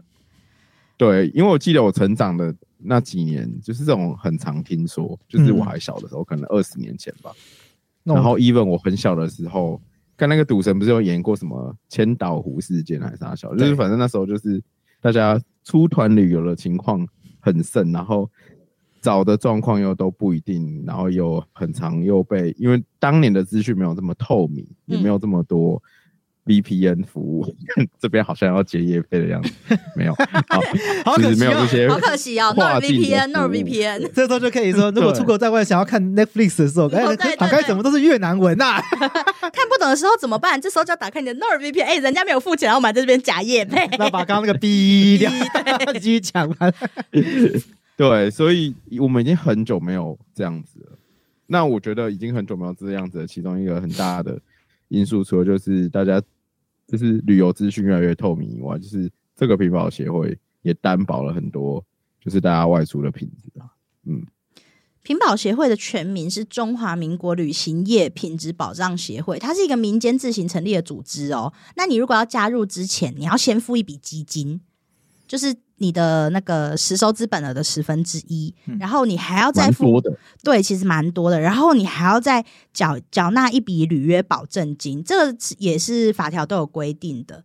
Speaker 4: 对，因为我记得我成长的那几年，就是这种很常听说，就是我还小的时候，可能二十年前吧。
Speaker 1: 嗯那
Speaker 4: 然
Speaker 1: 我
Speaker 4: 后 even 我很小的时候，看那个赌神不是有演过什么千岛湖事件还是啥小，就是
Speaker 1: 对
Speaker 4: 反正那时候就是大家出团旅游的情况很盛，然后找的状况又都不一定，然后又很常又被因为当年的资讯没有这么透明，也
Speaker 1: 嗯
Speaker 4: 没有这么多 VPN 服务， (laughs) 这边好像要结业费的样子，没有，
Speaker 1: (laughs)
Speaker 4: 好
Speaker 1: 好
Speaker 4: 其
Speaker 1: 可
Speaker 4: 实
Speaker 1: 惜
Speaker 4: 没有这
Speaker 1: 哦。
Speaker 4: 些
Speaker 3: 好可惜哦，no
Speaker 4: 跨境的
Speaker 3: VPN，no
Speaker 4: 服务
Speaker 3: VPN，
Speaker 1: 这时候就可以说，如果
Speaker 4: 对
Speaker 1: 出国在外想要
Speaker 3: (laughs)
Speaker 1: 看 Netflix 的时候，
Speaker 3: 哦
Speaker 1: 哎，
Speaker 3: 对对
Speaker 1: 打开怎么都是越南文啊
Speaker 3: (laughs)
Speaker 1: 呐、
Speaker 3: 看不懂的时候怎么办？这时候就要打开你的 no VPN，哎，人家没有付钱，然后我们还在这边假夜 (laughs) 配。
Speaker 1: 那把刚刚那个逼掉， (laughs) 继续讲完。
Speaker 4: 对，所以我们已经很久没有这样子了。那我觉得已经很久没有这样子了，其中一个很大的因素，除了就是大家就是旅游资讯越来越透明以外，就是这个屏保协会也担保了很多，就是大家外出的品质啊。
Speaker 3: 屏保协会的全名是中华民国旅行业品质保障协会，它是一个民间自行成立的组织哦。那你如果要加入之前，你要先付一笔基金，就是你的那个实收资本额的十分之一，
Speaker 1: 嗯
Speaker 3: 然后你还要再
Speaker 4: 蛮
Speaker 3: 付
Speaker 4: 多的，
Speaker 3: 对，其实蛮多的。然后你还要再缴缴纳一笔履约保证金，这个是也是法条都有规定的。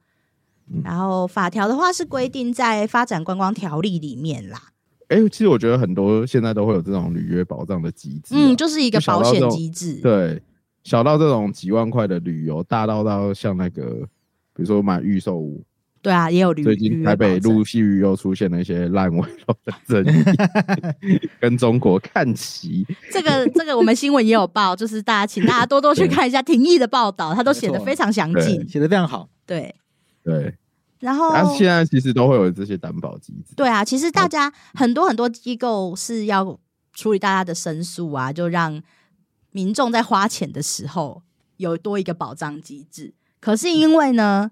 Speaker 4: 嗯
Speaker 3: 然后法条的话是规定在发展观光条例里面啦，
Speaker 4: 哎、其实我觉得很多现在都会有这种履约保障的机制啊、
Speaker 3: 嗯，就是一个
Speaker 4: 就想
Speaker 3: 保
Speaker 4: 到这
Speaker 3: 险
Speaker 4: 种
Speaker 3: 机制，
Speaker 4: 对，小到这种几万块的旅游，大到到像那个，比如说买预售屋，
Speaker 3: 对啊，也有履
Speaker 4: 最
Speaker 3: 履
Speaker 4: 近
Speaker 3: 约
Speaker 4: 台
Speaker 3: 保
Speaker 4: 北
Speaker 3: 证
Speaker 4: 陆续又出现了一些烂尾楼的争议，
Speaker 3: (laughs)
Speaker 4: 跟中国看齐。
Speaker 3: 这个这个我们新闻也有报，就是大家请大家多多去看一下廷义的报道，他都写的非常详尽，
Speaker 1: 写的非常好。
Speaker 3: 对。
Speaker 4: 对，
Speaker 3: 然后
Speaker 4: 啊，现在其实都会有这些担保机制。
Speaker 3: 哦对啊，其实大家很多很多机构是要处理大家的申诉啊，就让民众在花钱的时候有多一个保障机制。可是因为呢，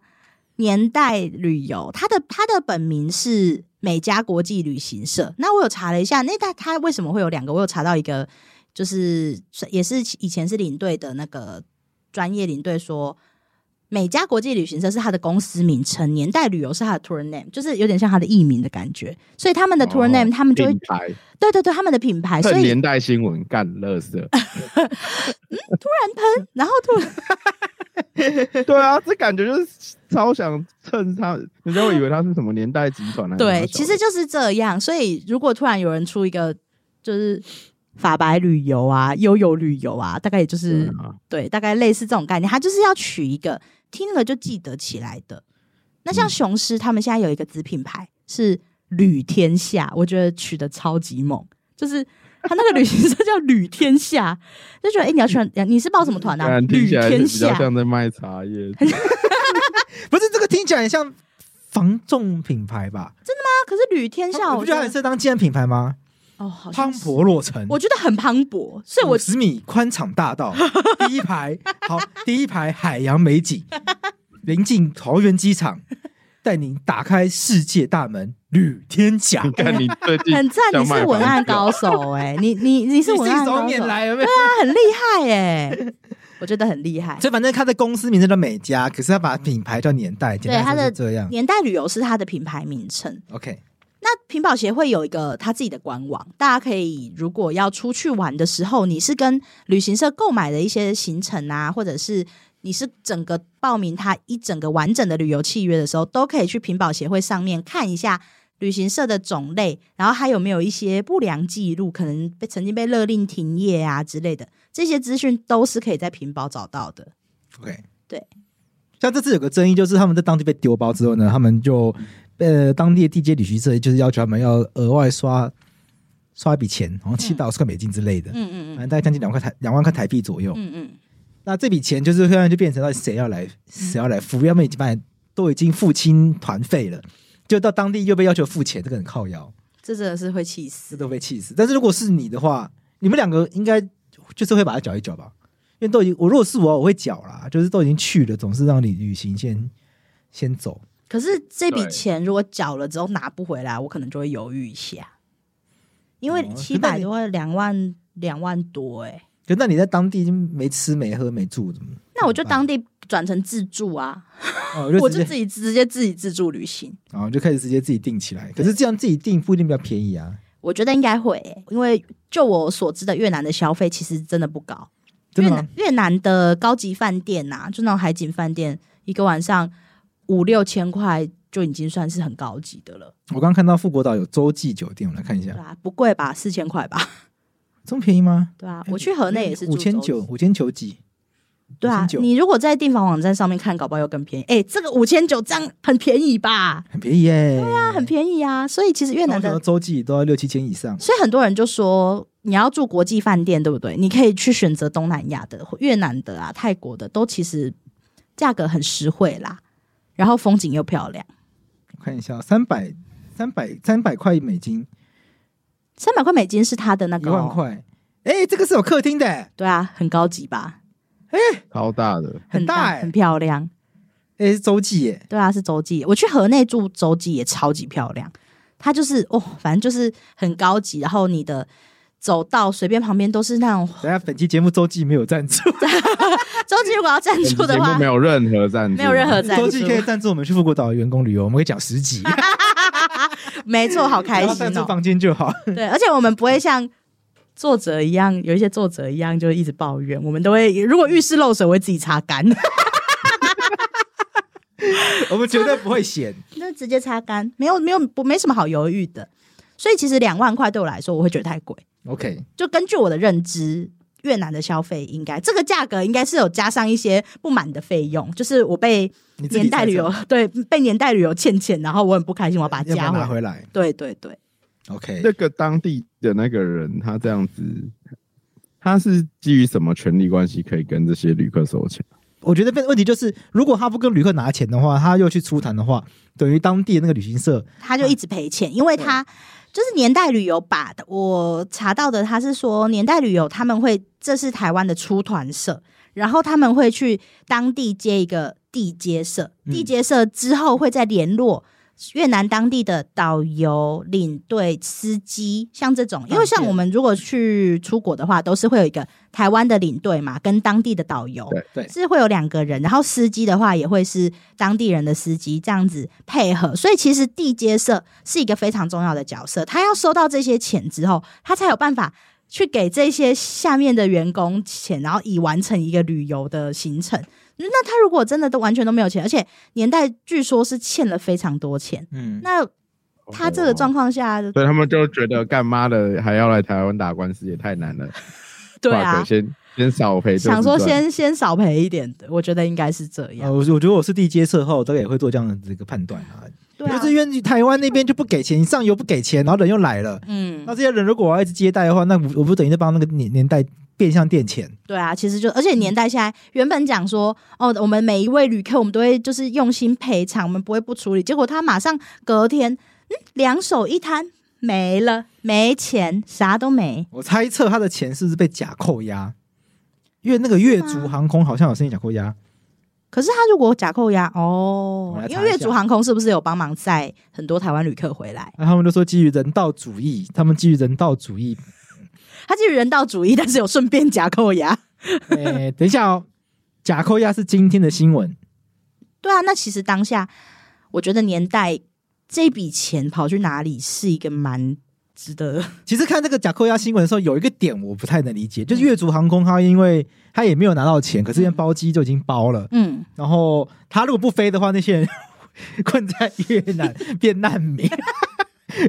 Speaker 3: 年代旅游它的它的本名是美加国际旅行社。那我有查了一下，那它它为什么会有两个？我有查到一个，就是也是以前是领队的那个专业领队说，美加国际旅行社是它的公司名称，年代旅游是它的 tour name，就是有点像它的艺名的感觉。所以他们的 tour
Speaker 4: 哦
Speaker 3: name，、他们就会
Speaker 4: 品牌，
Speaker 3: 对对对，他们的品牌，所
Speaker 4: 趁
Speaker 3: 以
Speaker 4: 年代新闻干乐色。
Speaker 3: (laughs) 然后突然
Speaker 4: 对啊，这感觉就是超想趁他，人家会以为他是什么年代集团来拿
Speaker 3: 对，
Speaker 4: 小
Speaker 3: 其实就是这样。所以如果突然有人出一个就是法白旅游啊、悠游旅游啊，大概也就是
Speaker 4: 对啊
Speaker 3: 对，大概类似这种概念，它就是要取一个听了就记得起来的。那
Speaker 4: 嗯
Speaker 3: 像雄狮，他们现在有一个子品牌是吕天下，我觉得取的超级猛，就是他那个旅行社叫吕天下，就觉得哎、诶你要去哪，你是报什么团
Speaker 4: 当
Speaker 3: 啊？
Speaker 4: 然听
Speaker 3: 吕
Speaker 4: 起来是
Speaker 3: 天
Speaker 4: 比较
Speaker 3: 下，啊
Speaker 4: 像在卖茶
Speaker 3: (laughs)
Speaker 4: 叶。
Speaker 1: 不是这个听起来很像防重品牌吧？
Speaker 3: 啊可是吕天下，
Speaker 1: 你
Speaker 3: 我
Speaker 1: 不觉得很
Speaker 3: 真
Speaker 1: 适
Speaker 3: 的
Speaker 1: 合当纪念品牌吗？
Speaker 3: 哦，好像
Speaker 1: 磅
Speaker 3: 是
Speaker 1: 礴落成，
Speaker 3: 我觉得很磅礴，所以
Speaker 4: 嗯
Speaker 3: 我
Speaker 1: 十米宽敞大
Speaker 3: (laughs)
Speaker 1: 道，第一排好，第一排海洋美景，临近桃园机场，带你打开世界大门，旅天
Speaker 3: (laughs)
Speaker 1: 甲。
Speaker 4: 你看你最近
Speaker 3: 很赞，你
Speaker 4: 想
Speaker 3: 是
Speaker 4: 买
Speaker 3: 文
Speaker 4: 房
Speaker 3: 案
Speaker 4: 子啊
Speaker 3: 高手哎、你你你是
Speaker 1: 你
Speaker 3: 文
Speaker 1: 信
Speaker 3: 案
Speaker 1: 手
Speaker 3: 高手，
Speaker 1: 拈
Speaker 3: 对啊，
Speaker 1: 来有没 (laughs) 有？
Speaker 3: 很厉害哎、 (laughs) 我觉得很厉害。
Speaker 1: 所以反正他的公司名字叫美嘉，可是他把品牌叫年代，简单来说是这样。
Speaker 3: 年代旅游是它的品牌名称。
Speaker 1: OK，
Speaker 3: 那屏保协会有一个它自己的官网，大家可以如果要出去玩的时候，你是跟旅行社购买的一些行程啊，或者是你是整个报名它一整个完整的旅游契约的时候，都可以去屏保协会上面看一下旅行社的种类，然后还有没有一些不良记录，可能被曾经被勒令停业啊之类的，这些资讯都是可以在屏保找到的。
Speaker 1: OK，
Speaker 3: 对。
Speaker 1: 像这次有个争议，就是他们在当地被丢包之后呢，他们就呃当地的地接旅行社就是要求他们要额外刷刷一笔钱，好像七百五十块美金之类的，
Speaker 3: 嗯嗯
Speaker 1: 反
Speaker 3: 嗯
Speaker 1: 正大概将近两块台两万块台币左右。
Speaker 3: 嗯嗯，
Speaker 1: 那这笔钱就是现在就变成到底谁要来谁要来付，要么已经把你都已经付清团费了，就到当地又被要求付钱，这个很靠腰，
Speaker 3: 这真的是会气死
Speaker 1: 这。都被气死。但是如果是你的话，你们两个应该就是会把它搅一搅吧，因为都已经我如果是我，我会搅啦，就是都已经去了，总是让你旅行先先走。
Speaker 3: 可是这笔
Speaker 4: 对
Speaker 3: 钱如果缴了之后拿不回来，我可能就会犹豫一下，因为
Speaker 1: 哦
Speaker 3: 七
Speaker 1: 那
Speaker 3: 百
Speaker 1: 你
Speaker 3: 多两万两万多哎、
Speaker 1: 可那你在当地已经没吃没喝没住，怎么？
Speaker 3: 那我就
Speaker 1: 怎么
Speaker 3: 当地转成自助啊，
Speaker 1: 办哦，
Speaker 3: 我
Speaker 1: 我
Speaker 3: 就
Speaker 1: 就直接
Speaker 3: 自己直接自己自助旅行。
Speaker 1: 然后就开始直接自己订起来。可是这样自己订不一定比较便宜啊，
Speaker 3: 我觉得应该会、欸，因为就我所知的，越南的消费其实真的不高。
Speaker 1: 真的吗
Speaker 3: 越南？越南的高级饭店呐、就那种海景饭店，一个晚上五六千块就已经算是很高级的了，
Speaker 1: 我刚刚看到富国岛有洲际酒店，我来看一下
Speaker 3: 对，啊，不贵吧？四千块吧，
Speaker 1: 这么便宜吗？
Speaker 3: 对啊，我去河内也是
Speaker 1: 五千
Speaker 3: 住周
Speaker 1: 九，五千九几？
Speaker 3: 对啊，
Speaker 1: 5900
Speaker 3: 你如果在订房网站上面看，搞不好又更便宜。哎、这个五千九这样很便宜吧？
Speaker 1: 很便宜耶、对
Speaker 3: 那
Speaker 1: 啊
Speaker 3: 很便宜啊。所以其实越南的，
Speaker 1: 洲际都要六七千以上。
Speaker 3: 所以很多人就说你要住国际饭店，对不对？你可以去选择东南亚的、越南的啊、泰国的，都其实价格很实惠啦，然后风景又漂亮。
Speaker 1: 我看一下，三百三百三百块美金，
Speaker 3: 三百块美金是它的那
Speaker 1: 一
Speaker 3: 个、
Speaker 1: 万，块。哎、这个是有客厅的、
Speaker 3: 对啊，很高级吧？
Speaker 4: 超大的，
Speaker 1: 很大哎、
Speaker 3: 很漂亮。
Speaker 1: 哎、是洲际耶、
Speaker 3: 对啊，是洲际。我去河内住洲际也超级漂亮，它就是哦，反正就是很高级。然后你的走道随便旁边都是那种。
Speaker 1: 等下，本期节目周记没有赞助，
Speaker 3: 周记如果要赞助
Speaker 4: 本期
Speaker 3: 的
Speaker 1: (laughs)
Speaker 4: 节目
Speaker 3: 话
Speaker 4: 没，有任何赞助，
Speaker 3: 没有任何赞
Speaker 1: 周
Speaker 3: 助
Speaker 1: 记，可以赞助我们去富国岛的员工旅游，我们可以讲十集，
Speaker 3: 没错，好开
Speaker 1: (laughs) 然后
Speaker 3: 心
Speaker 1: 赞助
Speaker 3: 哦。
Speaker 1: 房间就好。
Speaker 3: 对，而且我们不会像作者一样，有一些作者一样就一直抱怨，我们都会如果浴室漏水，我会自己擦干， (laughs)
Speaker 1: 我们绝对不会嫌。
Speaker 3: 那直接擦干，没有没有不没什么好犹豫的。所以其实两万块对我来说，我会觉得太贵。
Speaker 1: OK，
Speaker 3: 就根据我的认知，越南的消费应该这个价格应该是有加上一些不满的费用，就是我被
Speaker 1: 你自己
Speaker 3: 年代
Speaker 1: 猜
Speaker 3: 旅游
Speaker 1: 测
Speaker 3: 对被年代旅游欠欠，然后我很不开心，我要把它
Speaker 1: 要不
Speaker 3: 加
Speaker 1: 要
Speaker 3: 回
Speaker 1: 拿
Speaker 3: 来。
Speaker 1: 回来
Speaker 3: 对对对，
Speaker 1: ？OK，
Speaker 4: 那个当地的那个人，他这样子，他是基于什么权利关系可以跟这些旅客收钱？
Speaker 1: 我觉得问问题就是，如果他不跟旅客拿钱的话，他又去出团的话，等于当地的那个旅行社
Speaker 3: 他就一直赔钱，因
Speaker 1: 嗯
Speaker 3: 为他就是年代旅游把我查到的，他是说年代旅游他们会这是台湾的出团社，然后他们会去当地接一个地接社，
Speaker 1: 嗯
Speaker 3: 地接社之后会再联络。越南当地的导游、领队、司机，像这种，因为像我们如果去出国的话，都是会有一个台湾的领队嘛，跟当地的导游，
Speaker 1: 对对
Speaker 3: 是会有两个人，然后司机的话也会是当地人的司机这样子配合，所以其实地接社是一个非常重要的角色，他要收到这些钱之后，他才有办法。去给这些下面的员工钱，然后以完成一个旅游的行程。嗯那他如果真的都完全都没有钱，而且年代据说是欠了非常多钱，
Speaker 1: 嗯，
Speaker 3: 那他这个状
Speaker 4: 哦，
Speaker 3: 况下，
Speaker 4: 所以他们就觉得干妈的还要来台湾打官司也太难了。
Speaker 3: 对
Speaker 4: 罢
Speaker 3: 啊
Speaker 4: 了，先先少赔，
Speaker 3: 想说。先先少赔一点的，我觉得应该是这
Speaker 1: 呃，
Speaker 3: 样。
Speaker 1: 我我觉得我是地接社后，大概也会做这样的一个判断啊。
Speaker 3: 对啊
Speaker 1: 就是，因为台湾那边就不给钱，上游不给钱，然后人又来了，
Speaker 3: 嗯
Speaker 1: 那，这些人如果我要一直接待的话，那我我不等于在帮那个年年代变相垫钱？
Speaker 3: 对啊，其实就而且
Speaker 1: 嗯
Speaker 3: 年代现在原本讲说，哦，我们每一位旅客我们都会就是用心赔偿，我们不会不处理，结果他马上隔天，嗯，两手一摊。没了，没钱，啥都没。
Speaker 1: 我猜测他的钱是不是被假扣押？因为那个越
Speaker 3: 是
Speaker 1: 族
Speaker 3: 吗
Speaker 1: 航空好像有申请假扣押，
Speaker 3: 可是他如果假扣押，
Speaker 1: 我
Speaker 3: 哦
Speaker 1: 来，查
Speaker 3: 因为
Speaker 1: 一
Speaker 3: 越
Speaker 1: 下
Speaker 3: 族航空是不是有帮忙载很多台湾旅客回来？
Speaker 1: 那啊他们就说基于人道主义，他们基于人道主义。 (laughs)
Speaker 3: 他基于人道主义， (laughs) 但是有顺便假扣押。
Speaker 1: 哎、等一下哦，假扣押是今天的新闻，
Speaker 3: 对啊，那其实当下，我觉得年代这笔钱跑去哪里是一个蛮值得。
Speaker 1: 其实看这个假扣押新闻的时候，有一个点我不太能理解，
Speaker 3: 嗯
Speaker 1: 就是越族航空它因为它也没有拿到钱，可是因为包机就已经包了，
Speaker 3: 嗯，
Speaker 1: 然后它如果不飞的话，那些人困在越
Speaker 3: (laughs)
Speaker 1: 南变难民，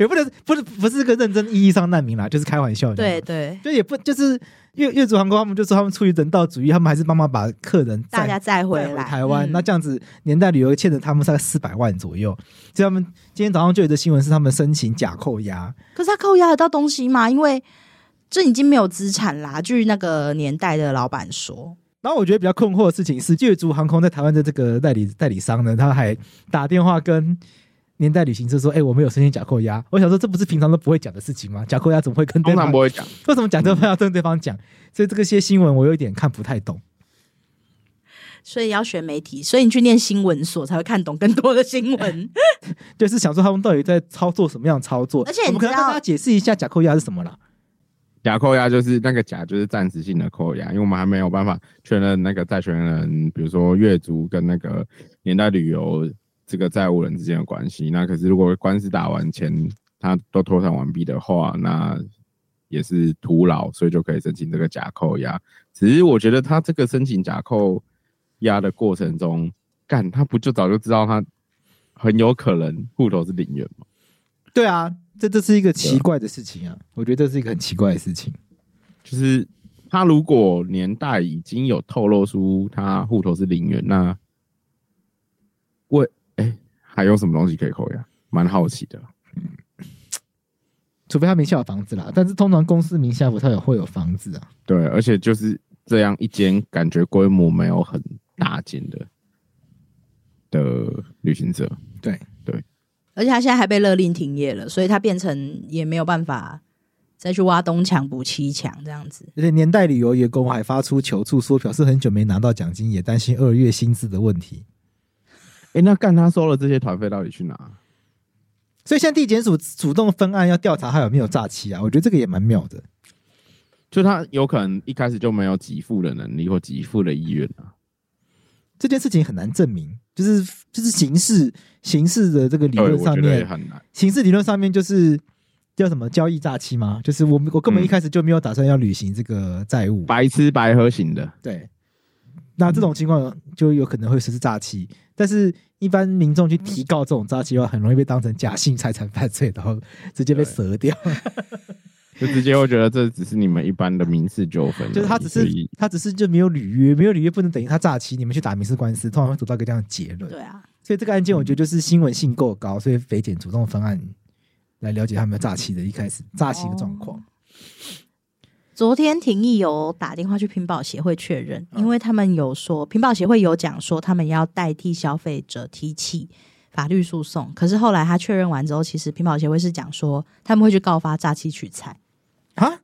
Speaker 1: 也不能不是不是个认真意义上难民啦，就是开玩笑的。
Speaker 3: (laughs) 对，对，
Speaker 1: 就也不就是越越族航空他们就说他们出于人道主义，他们还是帮忙把客人载
Speaker 3: 大家再回
Speaker 1: 带
Speaker 3: 来
Speaker 1: 台湾。
Speaker 3: 嗯
Speaker 1: 那这样子，年代旅游欠着他们大概四百万左右，所以他们今天早上就有一个新闻是他们申请假扣押。
Speaker 3: 可是他扣押得到东西吗？因为这已经没有资产啦。据那个年代的老板说，
Speaker 1: 然后我觉得比较困惑的事情是，越族航空在台湾的这个代理代理商呢，他还打电话跟年代旅行社说：“哎、我们有申请假扣押。”我想说，这不是平常都不会讲的事情吗？假扣押怎么会跟对
Speaker 4: 通
Speaker 1: 方
Speaker 4: 常不？会讲，
Speaker 1: 为什么讲这话要跟对方讲？所以这个些新闻我有点看不太懂。
Speaker 3: 所以要学媒体，所以你去念新闻所才会看懂更多的新闻。
Speaker 1: 就是想说他们到底在操作什么样的操作？
Speaker 3: 而且你
Speaker 1: 我们可能
Speaker 3: 知道
Speaker 1: 跟大家解释一下假扣押是什么啦。
Speaker 4: 假扣押就是那个假就是暂时性的扣押，因为我们还没有办法确认那个债权人，比如说越族跟那个年代旅游这个债务人之间的关系。那可是如果官司打完前他都脱产完毕的话，那也是徒劳，所以就可以申请这个假扣押。只是我觉得他这个申请假扣押的过程中，干他不就早就知道他很有可能户头是零元吗？
Speaker 1: 对啊，这这是一个奇怪的事情啊！我觉得这是一个很奇怪的事情。
Speaker 4: 就是他如果年代已经有透露出他户头是零元，那为哎、还有什么东西可以扣呀？蛮好奇的。
Speaker 1: 除非他名下有房子啦，但是通常公司名下不太有会有房子啊。
Speaker 4: 对，而且就是这样一间感觉规模没有很大间的的旅行社，
Speaker 1: 对，
Speaker 3: (laughs) 而且他现在还被勒令停业了，所以他变成也没有办法再去挖东墙补西墙这样子。
Speaker 1: 而且年代旅游员工还发出求助，说表示很久没拿到奖金，也担心二月薪资的问题。
Speaker 4: 哎、那干他收了这些团费到底去哪？
Speaker 1: 所以现在地检署主动分案要调查他有没有诈欺啊，我觉得这个也蛮妙的。
Speaker 4: 就他有可能一开始就没有给付的能力或给付的意愿啊。
Speaker 1: 这件事情很难证明，就是就是形式形式的这个理
Speaker 4: 对，
Speaker 1: 论
Speaker 4: 我
Speaker 1: 上
Speaker 4: 觉得也
Speaker 1: 面，
Speaker 4: 很难。
Speaker 1: 形式理论上面就是叫什么交易诈欺吗？就是我我根本
Speaker 4: 嗯
Speaker 1: 一开始就没有打算要履行这个债务，
Speaker 4: 白吃白喝型的，
Speaker 1: 对。那这种情况就有可能会实施诈欺，但是一般民众去提告这种诈欺的话，很容易被当成假性财产犯罪，然后直接被
Speaker 4: 对
Speaker 1: 折掉。
Speaker 4: 就直接会觉得这只是你们一般的民事纠纷而已，
Speaker 1: 就是他只
Speaker 4: 嗯所
Speaker 1: 是
Speaker 4: 以
Speaker 1: 他只是就没有履约，没有履约不能等于他诈欺，你们去打民事官司，通常会得到一个这样的结论。
Speaker 3: 对啊，
Speaker 1: 所以这个案件
Speaker 4: 嗯
Speaker 1: 我觉得就是新闻性够高，所以北检主动方案来了解他们诈欺的一开始诈欺的状
Speaker 3: 哦
Speaker 1: 况。
Speaker 3: 昨天廷义有打电话去屏保协会确认，
Speaker 1: 嗯
Speaker 3: 因为他们有说屏保协会有讲说他们要代替消费者提起法律诉讼，可是后来他确认完之后，其实屏保协会是讲说他们会去告发诈欺取财，
Speaker 1: 啊，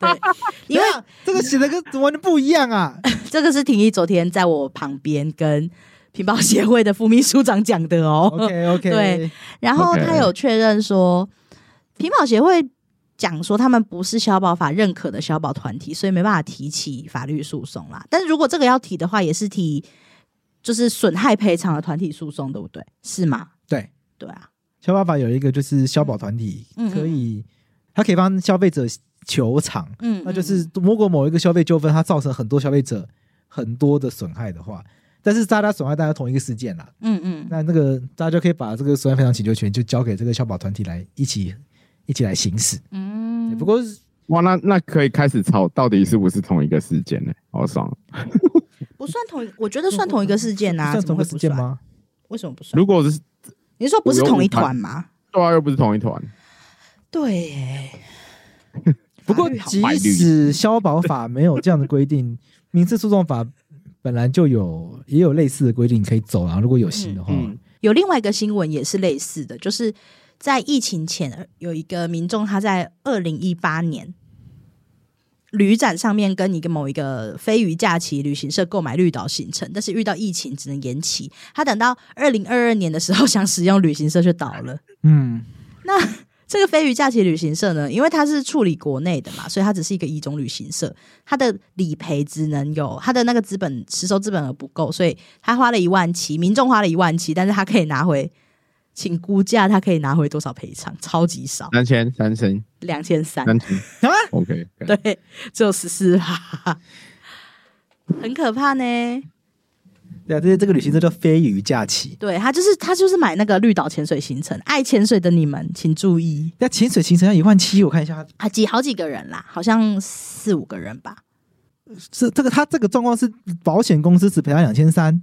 Speaker 3: 对，因
Speaker 1: 等
Speaker 3: 为
Speaker 1: 一下这个写的跟完全不一样
Speaker 3: (laughs)
Speaker 1: 啊！
Speaker 3: 这个是廷义昨天在我旁边跟屏保协会的副秘书长讲的哦。
Speaker 1: OK OK，
Speaker 3: 对，然后
Speaker 4: OK
Speaker 3: 他有确认说，屏保协会讲说他们不是消保法认可的消保团体，所以没办法提起法律诉讼啦。但是如果这个要提的话，也是提就是损害赔偿的团体诉讼，对不对？是吗？
Speaker 1: 对，
Speaker 3: 对啊，
Speaker 1: 消保法有一个就是消保团体
Speaker 3: 嗯嗯
Speaker 1: 可以，他可以帮消费者求偿，
Speaker 3: 嗯
Speaker 1: 那就是如果某一个消费纠纷，它造成很多消费者很多的损害的话，但是大家损害大家同一个事件啦，
Speaker 3: 嗯嗯嗯
Speaker 1: 那那个大家就可以把这个损害赔偿请求权就交给这个消保团体来一起一起来行使。对
Speaker 3: 嗯，
Speaker 1: 不过
Speaker 4: 哇，那那可以开始吵，到底是不是同一个事件呢、好爽！哦
Speaker 3: 不算同一，我觉得算同一个事件啊，
Speaker 1: 算
Speaker 3: 怎么
Speaker 1: 同
Speaker 3: 会
Speaker 1: 个
Speaker 3: 不
Speaker 1: 事件
Speaker 3: 算？
Speaker 1: 吗？
Speaker 3: 为什么不算？
Speaker 4: 如果是
Speaker 3: 你是说不是同一团吗？
Speaker 4: 对啊，又不是同一团，
Speaker 3: 对耶，
Speaker 1: 不过
Speaker 3: 法律好
Speaker 1: 即使消保法没有这样的规
Speaker 3: (laughs)
Speaker 1: 定，民事诉讼法本来就有也有类似的规定可以走啊。如果有新的话，
Speaker 4: 嗯，
Speaker 3: 有另外一个新闻也是类似的，就是在疫情前有一个民众，他在二零一八年旅展上面跟一个某一个飞鱼假期旅行社购买绿岛行程，但是遇到疫情只能延期。他等到二零二二年的时候想使用旅行社却倒了。
Speaker 1: 嗯，
Speaker 3: (laughs) 这个飞鱼假期旅行社呢，因为它是处理国内的嘛，所以它只是一个乙种旅行社，它的理赔只能有它的那个资本实收资本额不够，所以他花了一万七，民众花了一万七，但是他可以拿回，请估价他可以拿回多少赔偿？超级少，
Speaker 4: 三千三千
Speaker 3: 两千三，
Speaker 4: 三千
Speaker 1: 啊
Speaker 4: (laughs) OK，对
Speaker 3: 对，只有十四趴，很可怕呢。
Speaker 1: 对啊，这这个旅行社叫飞鱼假期。
Speaker 3: 对他就是他就是买那个绿岛潜水行程，爱潜水的你们请注意，
Speaker 1: 那潜水行程要一万七，我看一下，
Speaker 3: 啊，几好几个人啦，好像四五个人吧。
Speaker 1: 是这个他这个状况是保险公司只赔他两千三，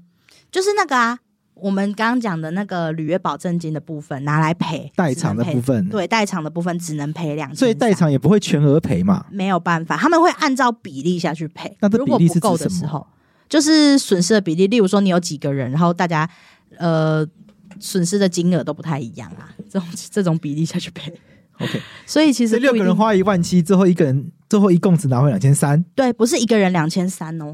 Speaker 3: 就是那个啊，我们刚刚讲的那个履约保证金的部分拿来赔
Speaker 1: 代偿的部，
Speaker 3: 只
Speaker 1: 分
Speaker 3: 能赔，对代偿的部分只能赔两千，
Speaker 1: 所以代偿也不会全额赔嘛。
Speaker 3: 没有办法，他们会按照比例下去赔。
Speaker 1: 那这
Speaker 3: 如果
Speaker 1: 比例是
Speaker 3: 不够
Speaker 1: 指
Speaker 3: 的
Speaker 1: 什
Speaker 3: 时
Speaker 1: 么
Speaker 3: 候，就是损失的比例，例如说你有几个人，然后大家呃损失的金额都不太一样啊，这种这种比例下去赔。
Speaker 1: OK，
Speaker 3: 所以其
Speaker 1: 这
Speaker 3: 实
Speaker 1: 六
Speaker 3: 不一
Speaker 1: 个
Speaker 3: 定
Speaker 1: 人花一万七，最后一个人最后一共只拿回两千三，
Speaker 3: 对，不是一个人两千三
Speaker 1: (laughs)
Speaker 3: 哦，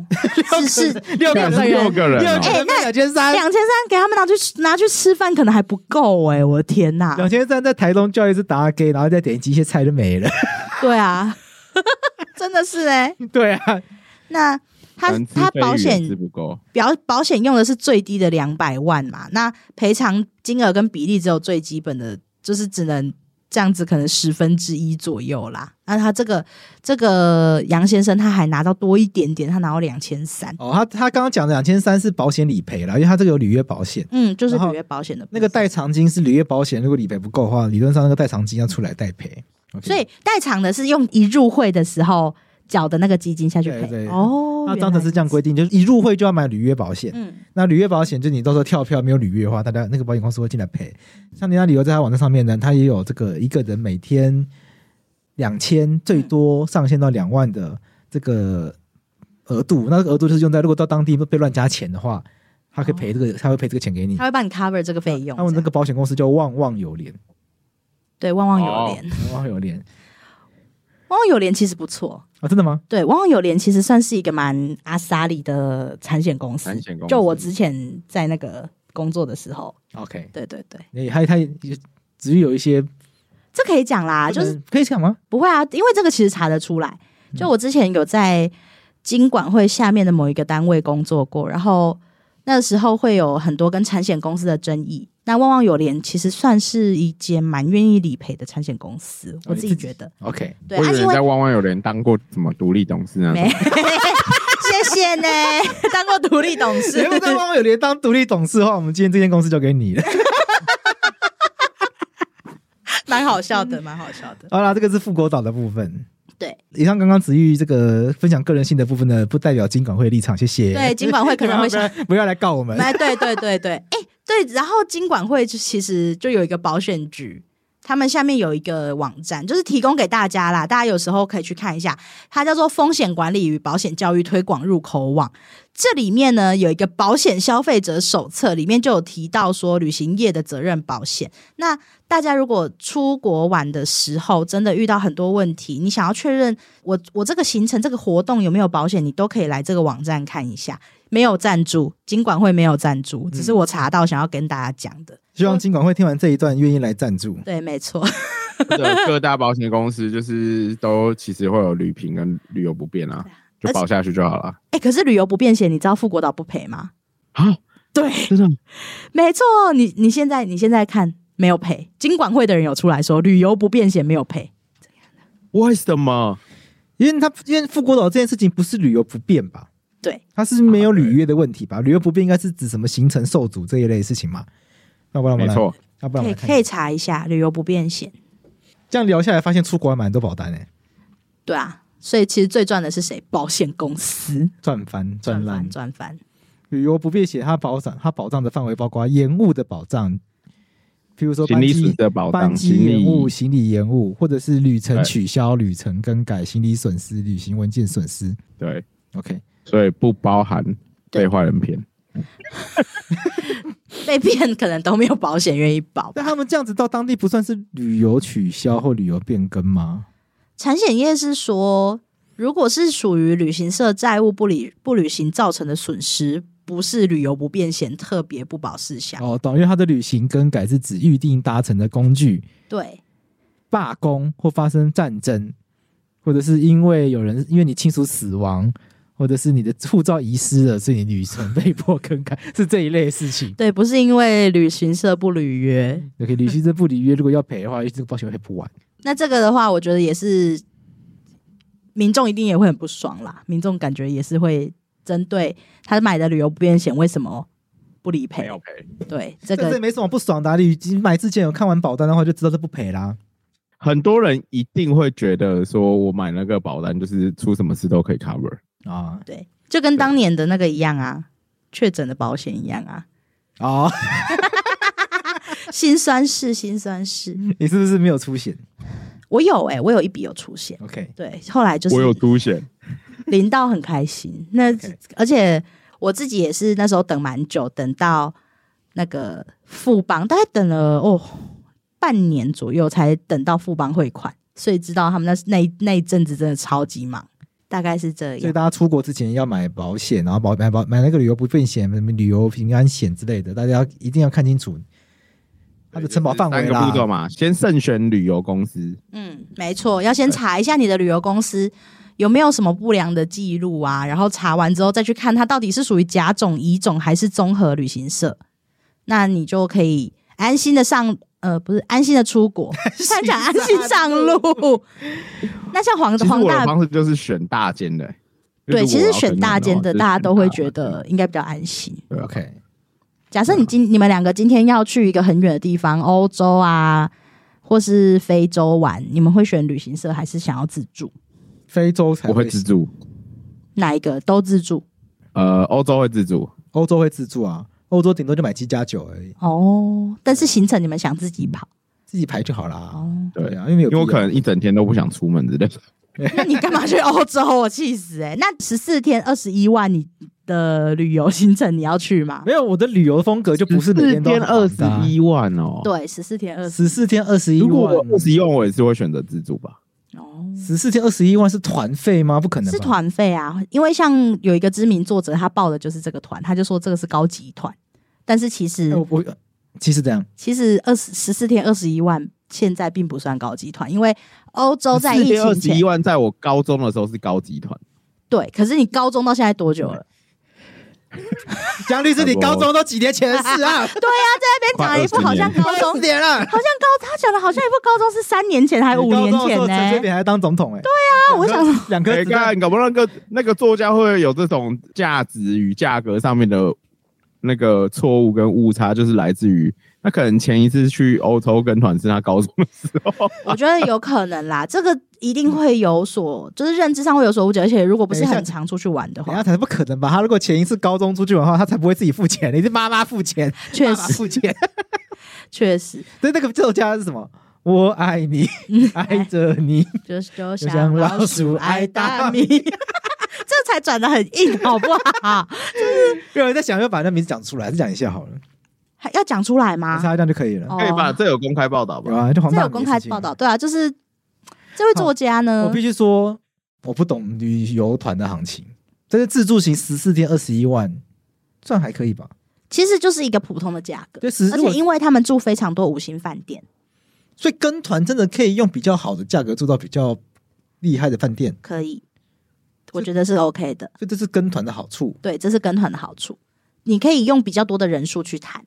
Speaker 3: 是是
Speaker 1: 啊六
Speaker 3: 个人哎
Speaker 4: 干六个人、
Speaker 1: 六
Speaker 4: 哦
Speaker 1: 个人两千三，
Speaker 3: 两千三给他们拿去拿去吃饭可能还不够哎、我的天呐、
Speaker 1: 两千三在台东叫一次打给，然后再点击一些菜就没了。
Speaker 3: (laughs) 对啊，真的是哎、
Speaker 1: 对啊，
Speaker 3: 那他
Speaker 4: 单吃
Speaker 3: 他
Speaker 4: 飞鱼也
Speaker 3: 保
Speaker 4: 吃
Speaker 3: 险
Speaker 4: 不够，
Speaker 3: 表保险用的是最低的两百万嘛，那赔偿金额跟比例只有最基本的，就是只能这样子，可能十分之一左右啦。那他这个这个杨先生他还拿到多一点点，他拿到两千三，
Speaker 1: (laughs) 哦，他他刚刚讲的两千三是保险理赔啦，因为他这个有履约保险，
Speaker 3: 嗯，就是
Speaker 1: 然后
Speaker 3: 履约保险的部
Speaker 1: 那
Speaker 3: 分
Speaker 1: 个。代偿金是履约保险，如果理赔不够的话，理论上那个代偿金要出来代赔。OK
Speaker 3: 所以代偿的是用一入会的时候缴的那个基金下去
Speaker 1: 对
Speaker 3: 赔
Speaker 1: 对
Speaker 3: 哦。
Speaker 1: 那
Speaker 3: 原
Speaker 1: 章
Speaker 3: 来
Speaker 1: 程是这样规定，就是一入会就要买履约保险。
Speaker 3: 嗯，
Speaker 1: 那履约保险就你到时候跳票没有履约的话，大家那个保险公司会进来赔。像你那理由在他网站上面呢，他也有这个一个人每天两千，最多上限到两万的这个额度。那个额度就是用在如果到当地被乱加钱的话，他可以赔这个，他会赔这个钱给你
Speaker 3: 哦他。会帮你 cover 这个费用。
Speaker 1: 他啊哦们那个保险公司叫旺旺友联，
Speaker 3: 对旺旺有
Speaker 4: 哦
Speaker 3: 联，
Speaker 1: 旺旺友联
Speaker 3: 旺旺有联其实不错。
Speaker 1: 啊，真的吗？
Speaker 3: 对，旺旺友联其实算是一个蛮阿萨里的产险公司
Speaker 4: 产。险公司
Speaker 3: 就我之前在那个工作的时候，
Speaker 1: OK，
Speaker 3: 对对对，
Speaker 1: 也他他也只有一些
Speaker 3: 这可以讲啦，啊就是
Speaker 1: 不能可以讲吗？
Speaker 3: 不会啊，因为这个其实查得出来。
Speaker 4: 嗯
Speaker 3: 就我之前有在经管会下面的某一个单位工作过，然后那时候会有很多跟产险公司的争议。那旺旺有联其实算是一间蛮愿意理赔的产险公司，
Speaker 4: 哦
Speaker 3: 我自己觉得。
Speaker 1: (laughs) OK，
Speaker 3: 对，
Speaker 4: 我
Speaker 3: 啊，
Speaker 4: 以为
Speaker 3: 因
Speaker 4: 你
Speaker 3: 为
Speaker 4: 在汪汪有人当过什么独立董事啊？
Speaker 3: 没， (laughs) 谢谢呢，当过独立董事
Speaker 1: 谁。不当汪有连当独立董事的话，我们今天这间公司就给你了。
Speaker 3: (laughs)
Speaker 1: (laughs)
Speaker 3: 蛮好笑的，蛮好笑的。
Speaker 1: 好啦，这个是富国岛的部分。
Speaker 3: 对，
Speaker 1: 以上刚刚子玉这个分享个人性的部分呢，不代表金管会立场，谢谢。 (laughs)
Speaker 3: 对，金管会可能会
Speaker 1: 不
Speaker 3: 想
Speaker 1: 要，不要来告我们。
Speaker 3: 哎，对对对对，哎、对，然后金管会就其实就有一个保险局，他们下面有一个网站，就是提供给大家啦，大家有时候可以去看一下，它叫做风险管理与保险教育推广入口网。这里面呢有一个保险消费者手册，里面就有提到说旅行业的责任保险。那大家如果出国玩的时候，真的遇到很多问题，你想要确认我我这个行程这个活动有没有保险，你都可以来这个网站看一下。没有赞助，金管会没有赞助，
Speaker 1: 嗯
Speaker 3: 只是我查到想要跟大家讲的。
Speaker 1: 希望金管会听完这一段愿意来赞助。
Speaker 3: 对，没错。 (laughs)
Speaker 4: 或者啊各大保险公司就是都其实会有旅平跟旅游不便啊，就保下去就好了。
Speaker 3: 哎、可是旅游不便险，你知道富国岛不赔吗？
Speaker 4: 啊，
Speaker 3: 对，
Speaker 4: 真的
Speaker 3: 没错。你你现在你现在看没有赔，金管会的人有出来说旅游不便险没有赔。
Speaker 4: 为什么？
Speaker 1: 因为他因为富国岛这件事情不是旅游不便吧？
Speaker 3: 对，
Speaker 1: 他是没有履约的问题吧？旅游不便应该是指什么行程受阻这一类的事情嘛？要不然我
Speaker 4: 没
Speaker 1: 们来，
Speaker 4: 错，
Speaker 1: 要不然
Speaker 3: 可
Speaker 1: 我们
Speaker 3: 以
Speaker 1: 来看
Speaker 3: 可以查一下旅游不便险。
Speaker 1: 这样聊下来，发现出国还蛮多保单诶、欸
Speaker 3: 对啊，所以其实最赚的是谁？保险公司
Speaker 1: 赚翻赚烂
Speaker 3: 翻。赚翻。
Speaker 1: 旅游不便险，它保障它保障的范围包括延误的保障，比如说
Speaker 4: 行
Speaker 1: 班
Speaker 4: 李损
Speaker 1: 机
Speaker 4: 的保
Speaker 1: 班
Speaker 4: 障，
Speaker 1: 机
Speaker 4: 行
Speaker 1: 延误、
Speaker 4: 李哎
Speaker 1: 行李延误，或者是旅程
Speaker 4: 对
Speaker 1: 取消、旅程更改、行李损失、旅行文件损失。
Speaker 4: 对，
Speaker 1: OK，
Speaker 4: 所以不包含被坏人骗。
Speaker 3: 被骗可能都没有保险愿意保。
Speaker 1: 那他们这样子到当地不算是旅游取消或旅游变更吗？
Speaker 3: 产险业是说，如果是属于旅行社债务不履不履行造成的损失，不是旅游不便险特别不保事项。
Speaker 1: 哦，懂，因为它的旅行更改是指预定搭乘的工具
Speaker 3: 对
Speaker 1: 罢工或发生战争，或者是因为有人因为你亲属死亡。或者是你的护照遗失了，所以你旅程被迫更改， (laughs) 是这一类的事情。
Speaker 3: 对，不是因为旅行社不履约。
Speaker 1: OK，旅行社不履约，如果要赔的话，这个保险会赔不完。
Speaker 3: 那这个的话，我觉得也是民众一定也会很不爽啦。民众感觉也是会针对他买的旅游不便险为什么不理赔？
Speaker 4: 赔，
Speaker 3: 对这
Speaker 1: 这
Speaker 3: 个
Speaker 1: 没什么不爽的、啊，你已经买之前有看完保单的话，就知道这不赔啦。
Speaker 4: 很多人一定会觉得说，我买那个保单就是出什么事都可以 cover。
Speaker 1: 啊
Speaker 3: 对，就跟当年的那个一样啊，确诊的保险一样啊，
Speaker 1: 哦，
Speaker 3: 心酸事，心酸事。
Speaker 1: (laughs) 你是不是没有出险
Speaker 3: 我有哎、我有一笔有出现，
Speaker 1: ？OK，
Speaker 3: 对，后来就是
Speaker 4: 我有出险，
Speaker 3: 领到很开心。那
Speaker 1: OK
Speaker 3: 而且我自己也是那时候等蛮久，等到那个富邦，大概等了哦半年左右才等到富邦汇款，所以知道他们那那一那一阵子真的超级忙，大概是这
Speaker 1: 所以
Speaker 3: 样。
Speaker 1: 大家出国之前要买保险，然后保买保买那个旅游不便险、什么旅游平安险之类的，大家要一定要看清楚它的承保范围
Speaker 4: 三个步骤
Speaker 1: 啦。
Speaker 4: 嘛，先慎选旅游公司，
Speaker 3: 嗯，没错，要先查一下你的旅游公司。有没有什么不良的记录啊？然后查完之后再去看它到底是属于甲种、乙种还是综合旅行社，那你就可以安心的上呃，不是安心的出国，他讲安心上路。那像黄
Speaker 4: 其实
Speaker 3: 黄
Speaker 4: 我的
Speaker 3: 大
Speaker 4: 方式就是选大间的、
Speaker 3: 对，其实选大间的大家都会觉
Speaker 4: 得。
Speaker 3: 得应该比较安心。
Speaker 4: 对啊
Speaker 1: OK，
Speaker 3: 假
Speaker 4: 啊
Speaker 3: 设你今你们两个今天要去一个很远的地方，欧洲啊，或是非洲玩，你们会选旅行社还是想要自助？
Speaker 1: 非洲才
Speaker 4: 我会自助，
Speaker 3: 哪一个都自助
Speaker 4: 呃，欧洲会自助，
Speaker 1: 欧洲会自助啊，欧洲顶多就买七加九而已，
Speaker 3: 哦，但是行程你们想自己跑
Speaker 1: 自己排就好啦。
Speaker 3: 哦。
Speaker 4: 对
Speaker 1: 啊，因为有
Speaker 4: 因为我
Speaker 1: 必要
Speaker 4: 可能一整天都不想出门之类的。
Speaker 3: 那你干嘛去欧洲？我气死哎、那十四天二十一万，你的旅游行程你要去吗？
Speaker 1: 没有我的旅游风格就不是每天都
Speaker 4: 天二
Speaker 1: 很
Speaker 4: 十
Speaker 1: 忙的啊
Speaker 4: 一万哦。，
Speaker 3: (laughs) 对，十四天二十
Speaker 1: 十四天二十一
Speaker 4: 如果
Speaker 1: 万
Speaker 4: 我，二十一万，我也是会选择自助吧。
Speaker 3: 哦。
Speaker 1: 十四天二十一万是团费吗？不可能吧，
Speaker 3: 是团费啊，因为像有一个知名作者，他报的就是这个团，他就说这个是高级团，但是其实、
Speaker 1: 哎。我我其实这样，
Speaker 3: 其实二十十四天二十一万现在并不算高级团，因为欧洲在疫
Speaker 4: 二
Speaker 3: 情
Speaker 4: 十一
Speaker 3: 前
Speaker 4: 万，在我高中的时候是高级团，
Speaker 3: 对，可是你高中到现在多久了？
Speaker 1: 江律师，你高中都几年前的事
Speaker 3: (laughs)
Speaker 1: 啊？
Speaker 3: (laughs) 对呀、在那边讲了一副好像高中，
Speaker 1: 十年了，
Speaker 3: 好像高，他讲的好像一副高中是三年前还是五年
Speaker 1: 哎你
Speaker 3: 前
Speaker 1: 高中的时候陈水
Speaker 3: 呢、
Speaker 1: 扁还当总统哎。对
Speaker 3: 啊我想
Speaker 1: 两颗
Speaker 4: 哎，
Speaker 1: 子弹
Speaker 4: 看，搞不好那个那个作家会有这种价值与价格上面的那个错误跟误差，就是来自于他可能前一次去欧洲跟团是他高中的时候，
Speaker 3: 我觉得有可能啦， (laughs) 这个一定会有所，就是认知上会有所误解，而且如果不是
Speaker 1: 等一下
Speaker 3: 很常出去玩的
Speaker 1: 等一下
Speaker 3: 话，
Speaker 1: 才不可能吧？哎他如果前一次高中出去玩的话，他才不会自己付钱，你是妈妈付钱，
Speaker 3: 确
Speaker 1: 爸爸
Speaker 3: 实
Speaker 1: 付钱。
Speaker 3: 确实
Speaker 1: 对，那个作家是什么？我爱
Speaker 3: (laughs)
Speaker 1: 你，爱着你。
Speaker 3: 就是就
Speaker 1: 就
Speaker 3: 像
Speaker 1: 像
Speaker 3: 老
Speaker 1: 老
Speaker 3: 鼠
Speaker 1: 鼠
Speaker 3: 爱
Speaker 1: 爱
Speaker 3: 大
Speaker 1: 大 (laughs)
Speaker 3: 米，
Speaker 1: 米
Speaker 3: 这才转的很硬，好不好？ (laughs)
Speaker 1: 有人在想要把那名字讲出来，再讲一下好了，
Speaker 3: 还要讲出来吗
Speaker 1: 还是？他这样就可以了。
Speaker 3: 哦
Speaker 4: 可以吧？这有公开报道
Speaker 1: 有
Speaker 4: 吧？
Speaker 1: 啊，就黄
Speaker 3: 这
Speaker 1: 大
Speaker 3: 有
Speaker 1: 米的
Speaker 3: 公开
Speaker 1: 事情
Speaker 3: 报道，。对啊，就是这位作家
Speaker 1: 哦我
Speaker 3: 呢
Speaker 1: 必，须说，我不懂旅游团的行情，但是自助行十四天二十一万，算还可以吧？
Speaker 3: 其实就是一个普通的价格，
Speaker 1: 对，十
Speaker 3: 而
Speaker 1: 四
Speaker 3: 且因为他们住非常多五星饭店，
Speaker 1: 所以跟团真的可以用比较好的价格住到比较厉害的饭店，
Speaker 3: 可以，我觉得是 OK 的。
Speaker 1: 所以这是跟团的好处。
Speaker 3: 对，这是跟团的好处，你可以用比较多的人数去谈，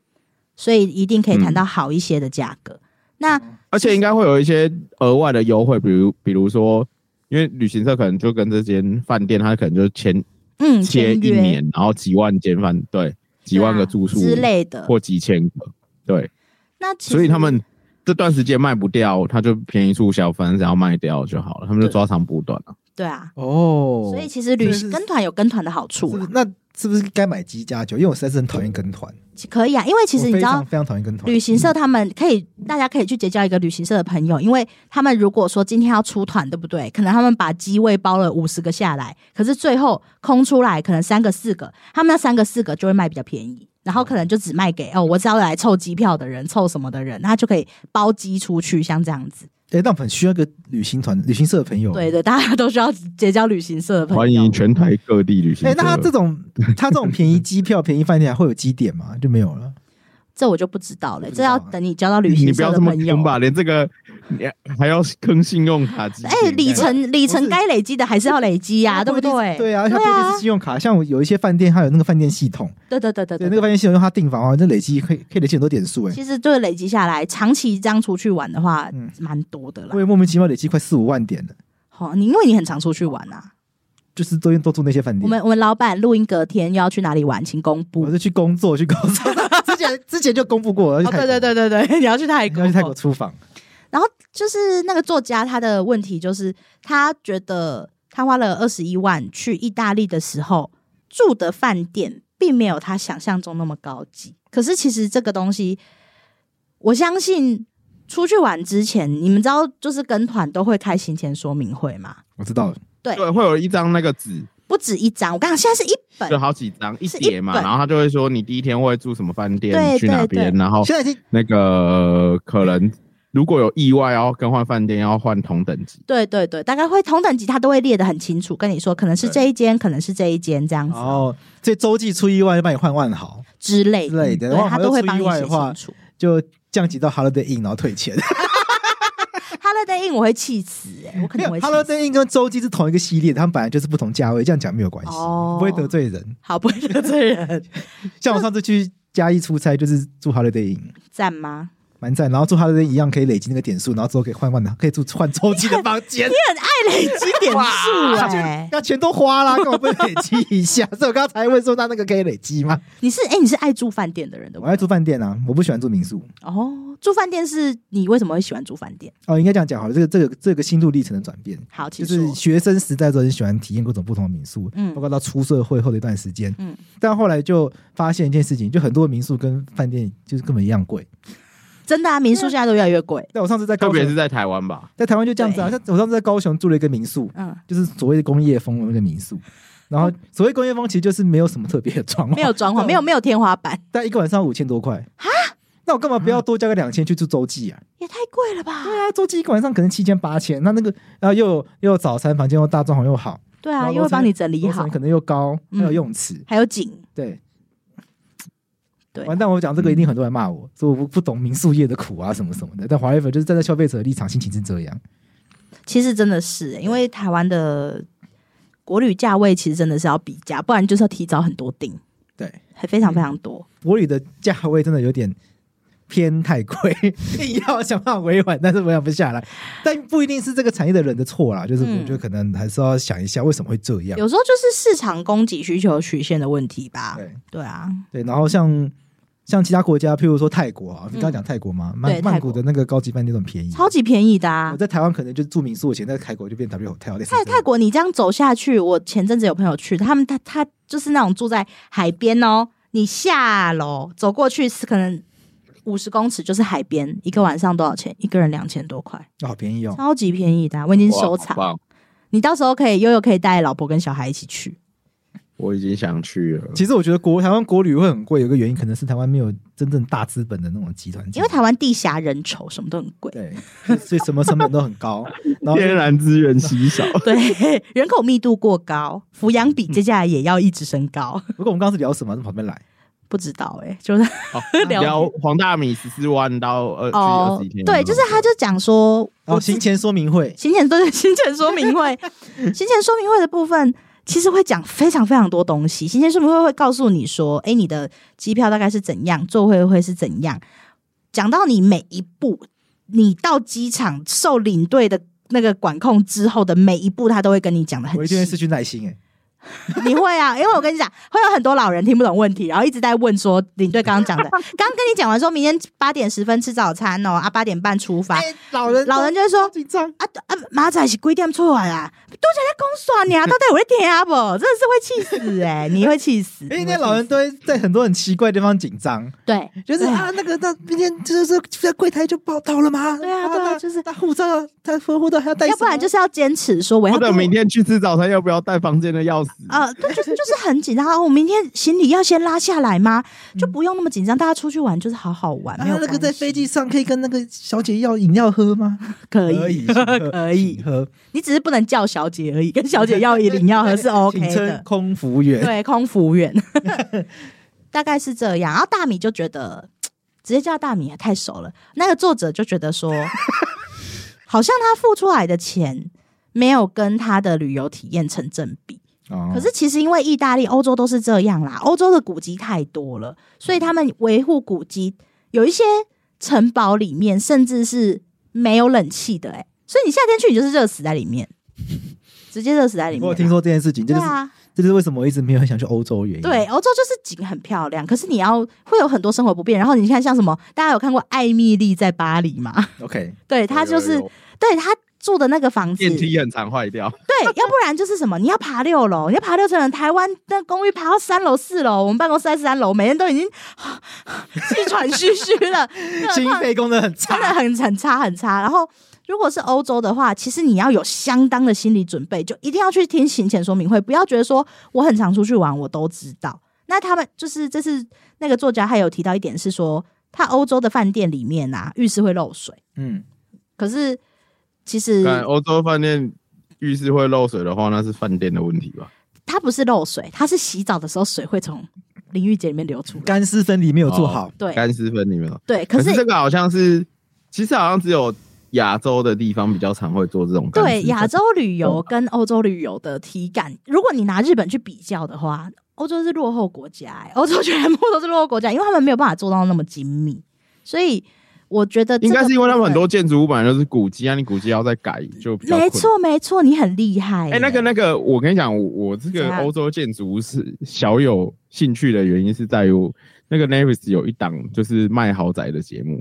Speaker 3: 所以一定可以谈
Speaker 4: 嗯
Speaker 3: 到好一些的价格。那
Speaker 4: 而且应该会有一些额外的优惠，比如比如说，因为旅行社可能就跟这间饭店，他可能就签
Speaker 3: 嗯，
Speaker 4: 签
Speaker 3: 签
Speaker 4: 一
Speaker 3: 约
Speaker 4: 年，然后几万间饭对几万个住宿
Speaker 3: 对啊之类的。
Speaker 4: 或几千个，对，
Speaker 3: 那其实
Speaker 4: 所以他们这段时间卖不掉，他就便宜促销，反正只要卖掉就好了，他们就抓长补短了。
Speaker 3: 对啊，
Speaker 1: 哦
Speaker 3: 所以其实旅
Speaker 1: 这
Speaker 3: 行
Speaker 1: 是
Speaker 3: 跟团有跟团的好处
Speaker 1: 是不
Speaker 3: 啦
Speaker 1: 是，那是不是该买机加酒？因为我实在是很讨厌跟团，
Speaker 3: 可以啊，因为其实你
Speaker 1: 我非
Speaker 3: 知道
Speaker 1: 常。非常讨厌跟团。嗯
Speaker 3: 旅行社他们可以，大家可以去结交一个旅行社的朋友，因为他们如果说今天要出团，对不对？可能他们把机位包了五十个下来，可是最后空出来可能三个四个，他们那三个四个就会卖比较便宜，然后可能就只卖给哦，我只要来凑机票的人，凑什么的人，他就可以包机出去，像这样子。
Speaker 1: 哎、那我们很需要一个旅行团、旅行社的朋友。
Speaker 3: 对对，大家都需要结交旅行社的朋友。
Speaker 4: 欢迎全台各地旅行
Speaker 1: 哎、
Speaker 4: 社。
Speaker 1: 那他这种他这种便宜机
Speaker 4: (laughs)
Speaker 1: 票、便宜饭店还会有基点吗？就没有了。
Speaker 3: 这我就不知道
Speaker 1: 不
Speaker 3: 了，这
Speaker 1: 知道
Speaker 3: 要
Speaker 1: 啊
Speaker 3: 等你交到旅
Speaker 4: 你
Speaker 3: 行
Speaker 4: 不
Speaker 3: 社
Speaker 4: 要
Speaker 3: 的
Speaker 4: 这么
Speaker 3: 朋友
Speaker 4: 坑。吧，连这个你还要坑信用卡积
Speaker 3: 哎，
Speaker 4: 点
Speaker 3: 里程里程该累积的还是要累积呀、对不
Speaker 1: 一定是
Speaker 3: 对？
Speaker 1: 对啊，而且它
Speaker 3: 对
Speaker 1: 不一定
Speaker 3: 啊
Speaker 1: 是，信用卡，像我有一些饭店，它有那个饭店系统，
Speaker 3: 对对对对
Speaker 1: 对那个饭店系统用它订房啊，这累积可以可以累积很多点数哎、
Speaker 3: 其实就是累积下来，长期这样出去玩的话
Speaker 1: 嗯，
Speaker 3: 蛮多的
Speaker 1: 我
Speaker 3: 啦。
Speaker 1: 也莫名其妙累积快四五万点了，
Speaker 3: 好，你因为你很常出去玩啊。
Speaker 1: 就是都都住那些饭店。
Speaker 3: 我们我们老板录音隔天要去哪里玩，请公布。
Speaker 1: 嗯 (laughs) 我
Speaker 3: 哦，
Speaker 1: 是去工作去工作， (laughs) 之前 (laughs) 之前就公布过，而且
Speaker 3: 对对对对对， (laughs) 你要去泰国
Speaker 1: 要去。泰国出访，
Speaker 3: 就是那个作家他的问题就是，他觉得他花了二十一万去意大利的时候住的饭店，并没有他想象中那么高级。可是其实这个东西，我相信出去玩之前，你们知道就是跟团都会开行前说明会嘛，
Speaker 1: 我知道了。
Speaker 4: 对，会有一张那个纸，
Speaker 3: 不止一张。我刚刚现在是一本
Speaker 4: 就，好几张一
Speaker 3: 是一
Speaker 4: 叠嘛，
Speaker 3: 本
Speaker 4: 然后他就会说你第一天会住什么饭
Speaker 3: 对
Speaker 4: 店，去哪
Speaker 3: 对
Speaker 4: 边，
Speaker 3: 对
Speaker 4: 然后
Speaker 1: 现在已经
Speaker 4: 那个呃可能如果有意外要更换饭店，要换同等级。
Speaker 3: 对对对，大概会同等级，它都会列得很清楚，跟你说可能是这一间，可能是这一间这样子、
Speaker 1: 哦，所以周记出意外就帮你换万豪
Speaker 3: 之类
Speaker 1: 之
Speaker 3: 的，
Speaker 1: 类的，
Speaker 3: 对
Speaker 1: 万
Speaker 3: 他
Speaker 1: 豪
Speaker 3: 都
Speaker 1: 又
Speaker 3: 会
Speaker 1: 出
Speaker 3: 帮
Speaker 1: 意
Speaker 3: 你
Speaker 1: 外
Speaker 3: 写
Speaker 1: 的话
Speaker 3: 清，楚。
Speaker 1: 就降级到 Holiday Inn 然后退钱。
Speaker 3: 哈勒 d 印我会气死、欸，我可
Speaker 1: 没
Speaker 3: 能
Speaker 1: 有
Speaker 3: 会气死。
Speaker 1: ，Holiday Inn 跟洲际是同一个系列，他们本来就是不同价位，这样讲没有关系，
Speaker 3: 哦
Speaker 1: 不会得罪人。
Speaker 3: 好，不会得罪人，
Speaker 1: 像我上次去嘉义出差，就是住 Holiday Inn，
Speaker 3: 赞吗？
Speaker 1: 蛮赞。然后住 Holiday Inn 一样可以累积那个点数，然后之后可以换换的，可以住换洲
Speaker 3: (laughs)
Speaker 1: 际的房间。
Speaker 3: 爱累积点数哎、
Speaker 1: 那钱都花啦，干嘛不累积一下？ (laughs) 所以我刚才问说，那那个可以累积吗？
Speaker 3: 你是哎、你是爱住饭店的人对
Speaker 1: 我
Speaker 3: 不
Speaker 1: 爱
Speaker 3: 对？
Speaker 1: 住饭店啊，我不喜欢住民宿。
Speaker 3: 哦，住饭店是你为什么会喜欢住饭店？
Speaker 1: 哦，应该这样讲好了，这个这个这个心路历程的转变。
Speaker 3: 好，
Speaker 1: 就
Speaker 3: 请说。
Speaker 1: 是学生时代的时候，很喜欢体验各种不同的民宿，
Speaker 3: 嗯
Speaker 1: 包括到出社会后的一段时间，
Speaker 3: 嗯
Speaker 1: 但后来就发现一件事情，就很多民宿跟饭店就是根本一样贵。
Speaker 3: 真的啊，民宿现在都越来越贵。
Speaker 1: 但我上次在
Speaker 4: 特
Speaker 1: 高
Speaker 4: 别是
Speaker 1: 雄，
Speaker 4: 在台湾吧，
Speaker 1: 在台湾就这样子啊，像我上次在高雄住了一个民宿，
Speaker 3: 嗯，
Speaker 1: 就是所谓的工业风的那个民宿。然后所谓工业风其实就是没有什么特别的装潢，
Speaker 3: 哦没有装潢，
Speaker 1: 对
Speaker 3: 没有，没有天花板，
Speaker 1: 但一个晚上五千多块啊。那我干嘛不要多加个两千去住洲际啊？
Speaker 3: 也太贵了吧？
Speaker 1: 对啊，洲际一个晚上可能七千八千，那那个然后又有又有早餐，房间又大，装潢又好，
Speaker 3: 对
Speaker 1: 然
Speaker 3: 啊，
Speaker 1: 后
Speaker 3: 又会帮你整理
Speaker 1: 楼
Speaker 3: 好
Speaker 1: 层，可能又高，还有
Speaker 3: 嗯
Speaker 1: 泳池，
Speaker 3: 还有景，
Speaker 1: 对，
Speaker 3: 对嗯
Speaker 1: 完蛋，我讲这个一定很多人骂我，说我不不懂民宿业的苦啊什么什么的。但 whatever，就是站在消费者的立场，心情是这样。
Speaker 3: 其实真的是、因为台湾的国旅价位其实真的是要比价，不然就是要提早很多订，
Speaker 1: 对，
Speaker 3: 还非
Speaker 1: 嗯
Speaker 3: 常非常多。
Speaker 1: 国旅的价位真的有点偏太贵， (laughs) 硬要想办法委婉，但是委婉不下来。但不一定是这个产业的人的错啦，就是我
Speaker 3: 嗯
Speaker 1: 觉得可能还是要想一下为什么会这样。
Speaker 3: 有时候就是市场供给需求曲线的问题吧。
Speaker 1: 对
Speaker 3: 对啊，
Speaker 1: 对，然后像像其他国家，譬如说泰国啊，你刚刚讲泰国吗？曼
Speaker 3: 嗯对
Speaker 1: 曼
Speaker 3: 泰
Speaker 1: 谷
Speaker 3: 国
Speaker 1: 的那个高级饭店都很便宜。
Speaker 3: 超级便宜的啊
Speaker 1: 我。在台湾可能就住民宿，我以前在泰国就变 W hotel 类似
Speaker 3: 泰
Speaker 1: 这
Speaker 3: 泰
Speaker 1: 样。
Speaker 3: 国，你这样走下去，我前阵子有朋友去，他们他他就是那种住在海边哦，你下楼走过去是可能五十公尺就是海边，一个晚上多少钱？一个人两千多块，
Speaker 1: 哦好便宜哦。
Speaker 3: 超级便宜的啊、我已经收
Speaker 4: 哇好
Speaker 3: 藏，
Speaker 4: 棒
Speaker 3: 你到时候可以悠悠可以带老婆跟小孩一起去。
Speaker 4: 我已经想去了。
Speaker 1: 其实我觉得国台湾国旅会很贵，有一个原因可能是台湾没有真正大资本的那种集团经
Speaker 3: 因
Speaker 1: 营，
Speaker 3: 为台湾地狭人稠，什么都很贵，
Speaker 1: 对，所以所以什么成本都很
Speaker 3: (laughs)
Speaker 1: 高，然后
Speaker 4: 天然资源稀少，
Speaker 3: 对，人口密度过高，抚养比接下来也要一直升高。 (laughs)
Speaker 1: 不过我们刚刚是聊什么？怎么跑这边来？
Speaker 3: 不知道哎、就是
Speaker 4: 好
Speaker 3: (laughs) 聊哦
Speaker 4: 聊黄大米十四万到二去二十一天，
Speaker 3: 对，就是他就讲说，
Speaker 1: 哦，
Speaker 3: 我
Speaker 1: 行前说明
Speaker 3: (laughs)
Speaker 1: 会，
Speaker 3: 行前对行前说明会，行前说明会的部分其实会讲非常非常多东西。行前说明会会告诉你说，哎，你的机票大概是怎样，座位会是怎样，讲到你每一步，你到机场受领队的那个管控之后的每一步，他都会跟你讲的
Speaker 1: 我
Speaker 3: 很
Speaker 1: 一定会
Speaker 3: 细。
Speaker 1: 失去耐心哎。
Speaker 3: (laughs) 你会啊，因为我跟你讲，会有很多老人听不懂问题，然后一直在问说领队刚刚
Speaker 1: (laughs)
Speaker 3: 讲的，刚刚跟你讲完说明天八点十分吃早餐哦，啊八点半出发，
Speaker 1: 哎，老人
Speaker 3: 老人就会说
Speaker 1: 超紧张，
Speaker 3: 啊啊，马仔是几点出来啊？都在在公耍你啊，到底有在听啊不？真的是会气
Speaker 1: (laughs)
Speaker 3: 死哎、你会气死！
Speaker 1: 哎，
Speaker 3: 你会
Speaker 1: 那老人都会在很多很奇怪的地方紧张，
Speaker 3: 对，
Speaker 1: 就是
Speaker 3: 对
Speaker 1: 啊，那个那今天就是在柜台就报到了吗？
Speaker 3: 对啊对啊
Speaker 1: 那
Speaker 3: 就是
Speaker 1: 那护照他说护照还要带什么，
Speaker 3: 要不然就是要坚持说我要
Speaker 4: 或者
Speaker 3: 跟
Speaker 4: 明天去吃早餐要不要带房间的钥匙？
Speaker 1: (laughs)
Speaker 3: 呃，对，就是就是很紧张啊。我明天行李要先拉下来吗？就不用那么紧张，大家出去玩就是好好玩，
Speaker 1: 嗯啊
Speaker 3: 没有
Speaker 1: 那个在
Speaker 3: 关系
Speaker 1: 飞机上可以跟那个小姐要饮料喝吗？
Speaker 3: 可以，
Speaker 1: 以，请喝
Speaker 3: 可以
Speaker 1: 请喝，
Speaker 3: 你只是不能叫小姐而已， (laughs) 跟小姐要一领要盒啊
Speaker 1: (laughs)
Speaker 3: 是 OK
Speaker 1: 请
Speaker 3: 的
Speaker 1: 称。空服务员。
Speaker 3: 对，空服
Speaker 1: (laughs)
Speaker 3: 务员，大概是这样。然后大米就觉得直接叫大米也太熟了，那个作者就觉
Speaker 1: (laughs)
Speaker 3: 得说，好像他付出来的钱没有跟他的旅游体验成正比。
Speaker 1: 哦
Speaker 3: 可是其实因为意大利、欧洲都是这样啦，欧洲的古迹太多了，所以他们维护古迹有一些城堡里面甚至是没有冷气的、欸，所以你夏天去你就是热死在里面， (laughs) 直接热死在里面啊。
Speaker 1: 我有听说这件事情，这
Speaker 3: 对
Speaker 1: 就是
Speaker 3: 啊，
Speaker 1: 这就是为什么我一直没有很想去欧洲的原因。
Speaker 3: 对，，欧洲就是景很漂亮，可是你要会有很多生活不便。然后你看像什么，大家有看过《艾米丽在巴黎》吗？ (laughs)
Speaker 1: OK，
Speaker 3: 对，她就是对她住的那个房子，
Speaker 4: 电
Speaker 3: 对，
Speaker 4: 梯很常坏掉，
Speaker 3: 要不然就是什么，你要爬六楼，你要爬六层楼，台湾那公寓爬到三楼、四楼，我们办公室在三楼，每天都已经 (laughs) 气喘吁吁了，
Speaker 1: 心肺功能很
Speaker 3: 真的
Speaker 1: 差。
Speaker 3: 很很差很差。然后如果是欧洲的话，其实你要有相当的心理准备，就一定要去听行前说明会，不要觉得说我很常出去玩，我都知道。那他们就是这次那个作家还有提到一点是说，他欧洲的饭店里面啊，浴室会漏水，
Speaker 1: 嗯，
Speaker 3: 可是其实
Speaker 4: 但欧洲饭店浴室会漏水的话，那是饭店的问题吧？
Speaker 3: 它不是漏水，它是洗澡的时候水会从淋浴间里面流出来。
Speaker 1: 干湿分离没有做好。
Speaker 3: 对
Speaker 4: 干湿分离没有？
Speaker 3: 对，
Speaker 4: 可
Speaker 3: 可是
Speaker 4: 这个好像是，其实好像只有亚洲的地方比较常会做这种干湿
Speaker 3: 对
Speaker 4: 分离。
Speaker 3: 亚洲旅游跟欧洲旅游的体感，如果你拿日本去比较的话，欧洲是落后国家、欸，欧洲全部都是落后国家，因为他们没有办法做到那么精密，所以我觉得这
Speaker 4: 应
Speaker 3: 个
Speaker 4: 该是因为他们很
Speaker 3: 部
Speaker 4: 多建筑物本来就是古迹啊，你古迹要再改就比较
Speaker 3: 分，没
Speaker 4: 困难。
Speaker 3: 错没错，你很厉害、
Speaker 4: 哎、那个那个，我跟你讲，我我这
Speaker 3: 怎
Speaker 4: 个
Speaker 3: 样
Speaker 4: 欧洲建筑是小有兴趣的原因是在于我那个 Navis 有一档就是卖豪宅的节目，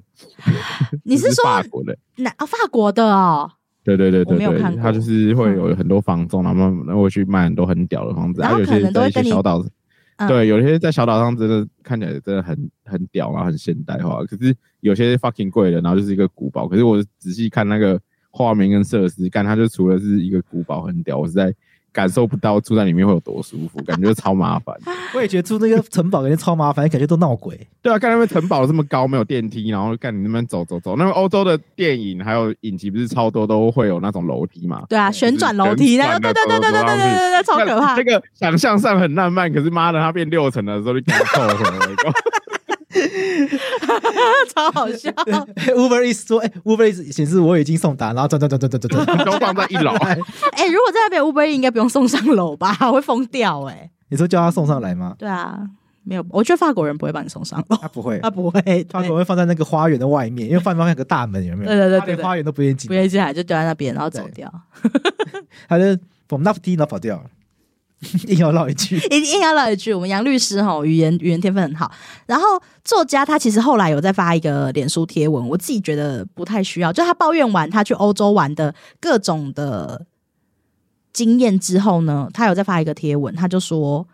Speaker 3: 你
Speaker 4: 就是法
Speaker 3: 说
Speaker 4: 国的？
Speaker 3: 哪啊法国的哦、
Speaker 4: 对对对
Speaker 3: 我
Speaker 4: 对
Speaker 3: 没有
Speaker 4: 对
Speaker 3: 看，
Speaker 4: 他
Speaker 3: 过嗯
Speaker 4: 就是会有很多房仲，然后慢慢然后会去卖很多很屌的房子，
Speaker 3: 然
Speaker 4: 啊，
Speaker 3: 后
Speaker 4: 有
Speaker 3: 可
Speaker 4: 些
Speaker 3: 能都
Speaker 4: 在
Speaker 3: 会
Speaker 4: 一些
Speaker 3: 跟你
Speaker 4: 小岛，
Speaker 3: 嗯
Speaker 4: 对，有些在小岛上真的看起来真的很很屌啊，然后很现代化，可是有些 fucking 贵的，然后就是一个古堡，可是我仔细看那个画面跟设施，干它就除了是一个古堡很屌，我是在。感受不到住在里面会有多舒服，感觉超麻
Speaker 3: (laughs)
Speaker 4: 烦。
Speaker 1: 我也觉得住那个城堡感觉超麻烦，感觉都闹鬼。
Speaker 4: 对啊，看他们城堡这么高，没有电梯，然后干你那边走走走。那个欧洲的电影还有影集不是超多都会有那种楼梯嘛？
Speaker 3: 对啊，旋转楼梯，
Speaker 4: 旋
Speaker 3: 那
Speaker 4: 转
Speaker 3: 个
Speaker 4: 的
Speaker 3: 对对对对对对对对对，超可怕
Speaker 4: 那那。个想象上很浪漫，可是妈的，它变六层的时候，你给我扣回来。 (laughs)
Speaker 3: 超好笑。
Speaker 1: (laughs) Uber Eats 说，哎、u b e r Eats 显示我已经送达，然后转转转转转
Speaker 3: (laughs)
Speaker 1: 转转，
Speaker 4: 都放在一楼，
Speaker 3: 哎、如果在那边 Uber Eats 应该不用送上楼吧， (laughs) 会疯掉哎、
Speaker 1: 你说叫他送上来吗？
Speaker 3: 对啊，没有，我觉得法国人不会把你送上楼，
Speaker 1: 他不会，
Speaker 3: 哦他不会。对
Speaker 1: 他可能会放在那个花园的外面，因为饭方有个大门，有没有？
Speaker 3: 对对对
Speaker 1: 他连
Speaker 3: 对对
Speaker 1: 花园都不愿意进
Speaker 3: 不，愿意进来就丢在那边，然后走
Speaker 1: 对
Speaker 3: 掉，
Speaker 1: 他就ผมนับที然后跑
Speaker 3: (laughs)
Speaker 1: 掉了，硬要绕一 (laughs) 句。
Speaker 3: 一定要唠一句，我们杨律师哈，语言语言天分很好。然后作家他其实后来有再发一个脸书贴文，我自己觉得不太需要，就他抱怨完他去欧洲玩的各种的经验之后呢，他有再发一个贴文，他就说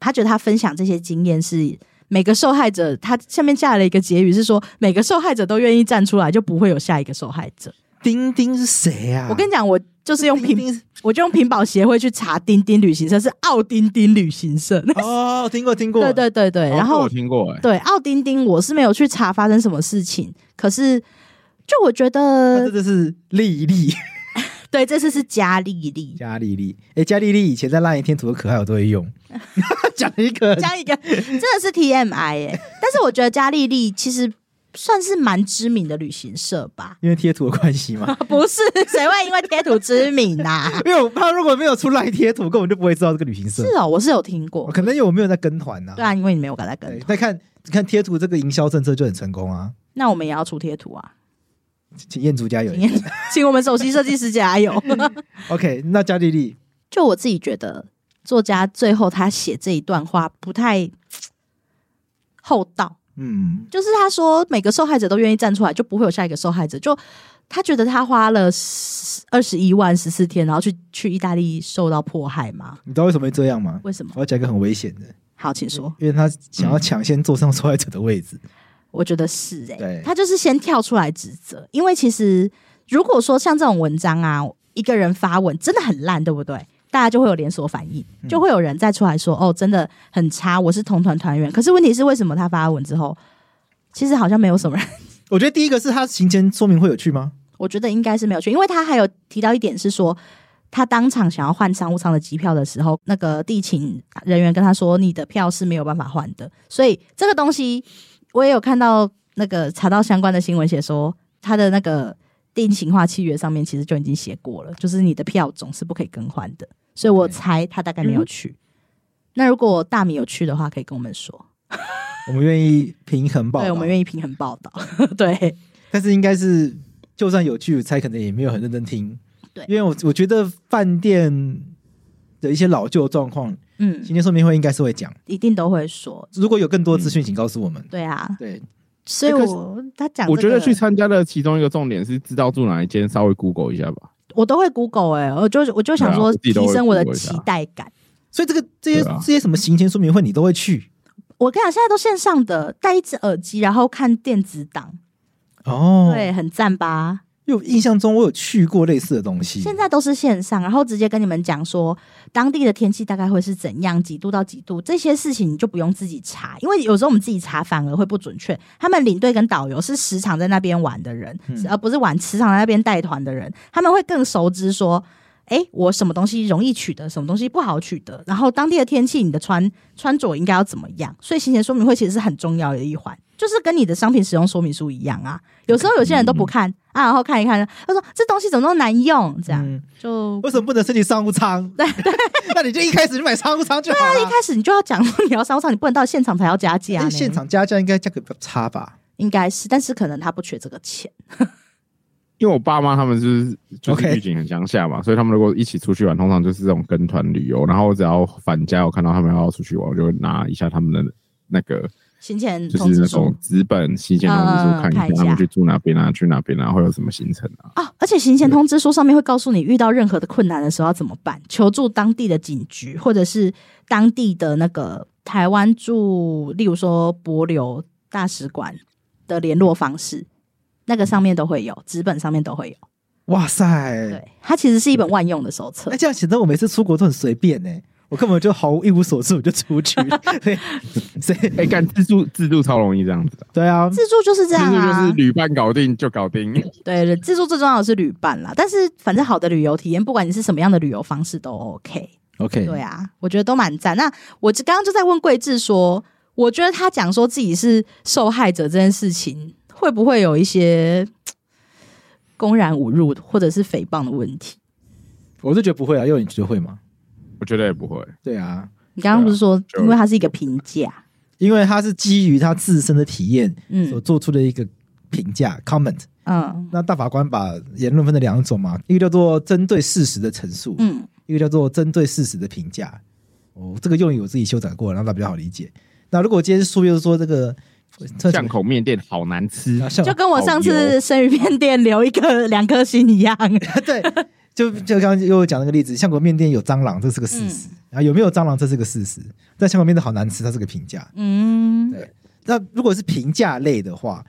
Speaker 3: 他觉得他分享这些经验是。每个受害者，他下面下了一个结语是说，每个受害者都愿意站出来，就不会有下一个受害者。
Speaker 1: 丁丁是谁啊？
Speaker 3: 我跟你讲，我就
Speaker 1: (laughs)
Speaker 3: 是用
Speaker 1: 丁
Speaker 3: 平
Speaker 1: 丁是
Speaker 3: 我就用屏保协会去查钉钉旅行社，是奥丁丁旅行社。那
Speaker 1: 哦，听过听过，
Speaker 3: 对对对对，然
Speaker 4: 哦这
Speaker 3: 后
Speaker 4: 我听过哎，
Speaker 3: 对奥丁丁，我是没有去查发生什么事情，可是就我觉
Speaker 1: 他
Speaker 3: 得
Speaker 1: 真，的是丽丽
Speaker 3: 对，这次是加丽丽。
Speaker 1: 加丽丽，哎，加丽丽以前在烂一天图的可爱我都会
Speaker 3: (laughs)
Speaker 1: 用，讲一个
Speaker 3: 加一个真的是 TMI 哎、但是我觉得加丽丽其实算是蛮知名的旅行社吧，
Speaker 1: 因为贴图的关系
Speaker 3: (laughs)
Speaker 1: 嘛，
Speaker 3: 啊不是谁会因为贴图知名呐、
Speaker 1: (laughs) 因为我他如果没有出烂贴图，根本就不会知道这个旅行社
Speaker 3: 是。哦，我是有听过
Speaker 1: 我，可能有没有在跟团呢？
Speaker 3: 对啊，因为你没有跟他跟
Speaker 1: 对，
Speaker 3: 团，
Speaker 1: 那看看贴图这个营销政策就很成功啊，
Speaker 3: 那我们也要出贴图啊，
Speaker 1: 请燕竹加油
Speaker 3: 请 (laughs) 请我们首席设计师
Speaker 1: (laughs)
Speaker 3: 加油。
Speaker 1: ！OK，那加丽丽
Speaker 3: 就我自己觉得，作家最后他写这一段话不太厚道，
Speaker 1: 嗯，
Speaker 3: 就是他说每个受害者都愿意站出来，就不会有下一个受害者。就他觉得他花了二十一万十四天，然后去去意大利受到迫害吗？
Speaker 1: 你知道为什么会这样吗？
Speaker 3: 为什么？
Speaker 1: 我要讲一个很危险的，
Speaker 3: 好，请说。
Speaker 1: 因为他想要抢先坐上受害者的位置。
Speaker 3: 我觉得是哎、
Speaker 1: 对
Speaker 3: 他就是先跳出来指责，因为其实如果说像这种文章啊，一个人发文真的很烂，对不对？大家就会有连锁反应，就会有人再出来说：“哦，真的很差，我是同团团员。”可是问题是，为什么他发文之后，其实好像没有什么人？
Speaker 1: 我觉得第一个是他行前说明会有趣吗？
Speaker 3: 我觉得应该是没有去，因为他还有提到一点是说，他当场想要换商务舱的机票的时候，那个地勤人员跟他说：“你的票是没有办法换的。”所以这个东西我也有看到那个查到相关的新闻，写说他的那个定型化契约上面其实就已经写过了，就是你的票总是不可以更换的。所以我猜他大概没有去。那如果大米有去的话，可以跟我们说，
Speaker 1: 我们愿意平衡报道，
Speaker 3: 对我们愿意平衡报道。 (laughs) 对，
Speaker 1: 但是应该是就算有趣，我猜可能也没有很认真听。
Speaker 3: 对
Speaker 1: 因为我我觉得饭店的一些老旧状况，
Speaker 3: 嗯，
Speaker 1: 行前说明会应该是会讲。
Speaker 3: 一定都会说。
Speaker 1: 如果有更多资讯，请告诉我们。
Speaker 3: 对啊，
Speaker 1: 对，
Speaker 3: 所以
Speaker 4: 欸可是
Speaker 3: 我他讲、这
Speaker 4: 我觉得
Speaker 3: 个
Speaker 4: 去参加的其中一个重点是知道住哪一间，稍微 Google 一下吧。
Speaker 3: 我都会 Google 哎、我就我就想
Speaker 4: 对啊
Speaker 3: 说
Speaker 4: 我自己都
Speaker 3: 提
Speaker 4: 会
Speaker 3: 升我的
Speaker 4: Google 一下
Speaker 3: 期待感。
Speaker 1: 所以这个这些、
Speaker 4: 对啊
Speaker 1: 这些什么行前说明会，你都会去
Speaker 3: 我跟你讲，现在都线上的，戴一只耳机，然后看电子档，
Speaker 4: 嗯
Speaker 1: 哦。，
Speaker 3: 对，很赞吧？
Speaker 1: 因为我印象中我有去过类似的东
Speaker 4: 嗯
Speaker 1: 西。
Speaker 3: 现在都是线上，然后直接跟你们讲说当地的天气大概会是怎样，几度到几度，这些事情你就不用自己查，因为有时候我们自己查反而会不准确。他们领队跟导游是时常在那边玩的人，
Speaker 1: 嗯
Speaker 3: 而不是玩时常在那边带团的人，他们会更熟知说。诶，哎我什么东西容易取得，什么东西不好取得，然后当地的天气，你的穿穿着应该要怎么样？所以行前说明会其实是很重要的一环，就是跟你的商品使用说明书一样啊。有时候有些人都不看、啊，然后看一看，他说这东西怎么那么难用，这样、
Speaker 1: 嗯
Speaker 3: 就
Speaker 1: 为什么不能申请商务舱？对对， (laughs) 那你就一开始就买商务舱就好
Speaker 3: 啊一
Speaker 1: 了。
Speaker 3: 开始你就要讲说你要商务舱，你不能到现场才要加价、
Speaker 1: 哎
Speaker 3: 呢。
Speaker 1: 现场加价应该价格比较差吧？
Speaker 3: 应该是，但是可能他不缺这个钱。
Speaker 4: 因为我爸妈他们就是就是
Speaker 1: OK
Speaker 4: 预警很乡下嘛，所以他们如果一起出去玩，通常就是这种跟团旅游。然后我只要返家，我看到他们要出去玩，我就会拿一下他们的那个
Speaker 3: 行前
Speaker 4: 就
Speaker 3: 通
Speaker 4: 是
Speaker 3: 知
Speaker 4: 那
Speaker 3: 书
Speaker 4: 种纸本西线通知
Speaker 3: 嗯嗯
Speaker 4: 书，看
Speaker 3: 看一下
Speaker 4: 一下他们去住哪边啊，去哪边啊，会有什么行程啊。
Speaker 3: 啊，而且行前通知书上面会告诉你遇到任何的困难的时候要怎么办，求助当地的警局或者是当地的那个台湾驻，例如说博流大使馆的联络方式，那个上面都会有，纸本上面都会有。
Speaker 1: 哇塞！
Speaker 3: 对，它其实是一本万用的手册
Speaker 1: (laughs) 那。这样显得我每次出国都很随便呢、欸我根本就毫无一无所知，我就出 (laughs) 去。对，所以
Speaker 4: 哎，干自助自助超容易这样子的，
Speaker 1: 对啊，
Speaker 3: 自助就是这
Speaker 4: 其
Speaker 3: 样
Speaker 4: 实
Speaker 3: 啊，
Speaker 4: 就是旅伴搞定就搞定。 (laughs)
Speaker 3: 对对，自助最重要的是旅伴啦，但是反正好的旅游体验，不管你是什么样的旅游方式都 OK。
Speaker 1: OK，
Speaker 3: 啊对啊，我觉得都蛮赞。那我就刚刚就在问桂智说，我觉得他讲说自己是受害者这件事情，会不会有一些嘖公然侮辱或者是诽谤的问题？
Speaker 1: 我是觉得不会啊，因为你觉得会吗？
Speaker 4: 我觉得也不会。
Speaker 1: 对啊，
Speaker 3: 你刚刚不是说，
Speaker 4: 就
Speaker 3: 因为它是一个评价，
Speaker 1: 因为他是基于他自身的体验所
Speaker 3: 嗯
Speaker 1: 做出的一个评价 comment。
Speaker 3: 嗯
Speaker 1: 那大法官把言论分成两种嘛，一个叫做针对事实的陈述，
Speaker 3: 嗯，
Speaker 1: 一个叫做针对事实的评价。哦，这个用语我自己修改过，让大家比较好理解。那如果今天书又说这个算什
Speaker 4: 巷
Speaker 1: 么
Speaker 4: 口面店好难吃，
Speaker 1: 啊巷
Speaker 3: 就跟我上
Speaker 4: 好
Speaker 3: 次
Speaker 4: 油
Speaker 3: 生鱼片店留一个两颗星一
Speaker 4: (laughs)
Speaker 3: 样，
Speaker 1: (laughs) 对，就就刚刚又讲那个例子，相国面店有蟑螂，这是个事实。然后有没有蟑螂，这是个事实。但相国面店好难吃，它是个评价。
Speaker 3: 嗯，
Speaker 1: 那如果是评价类的话，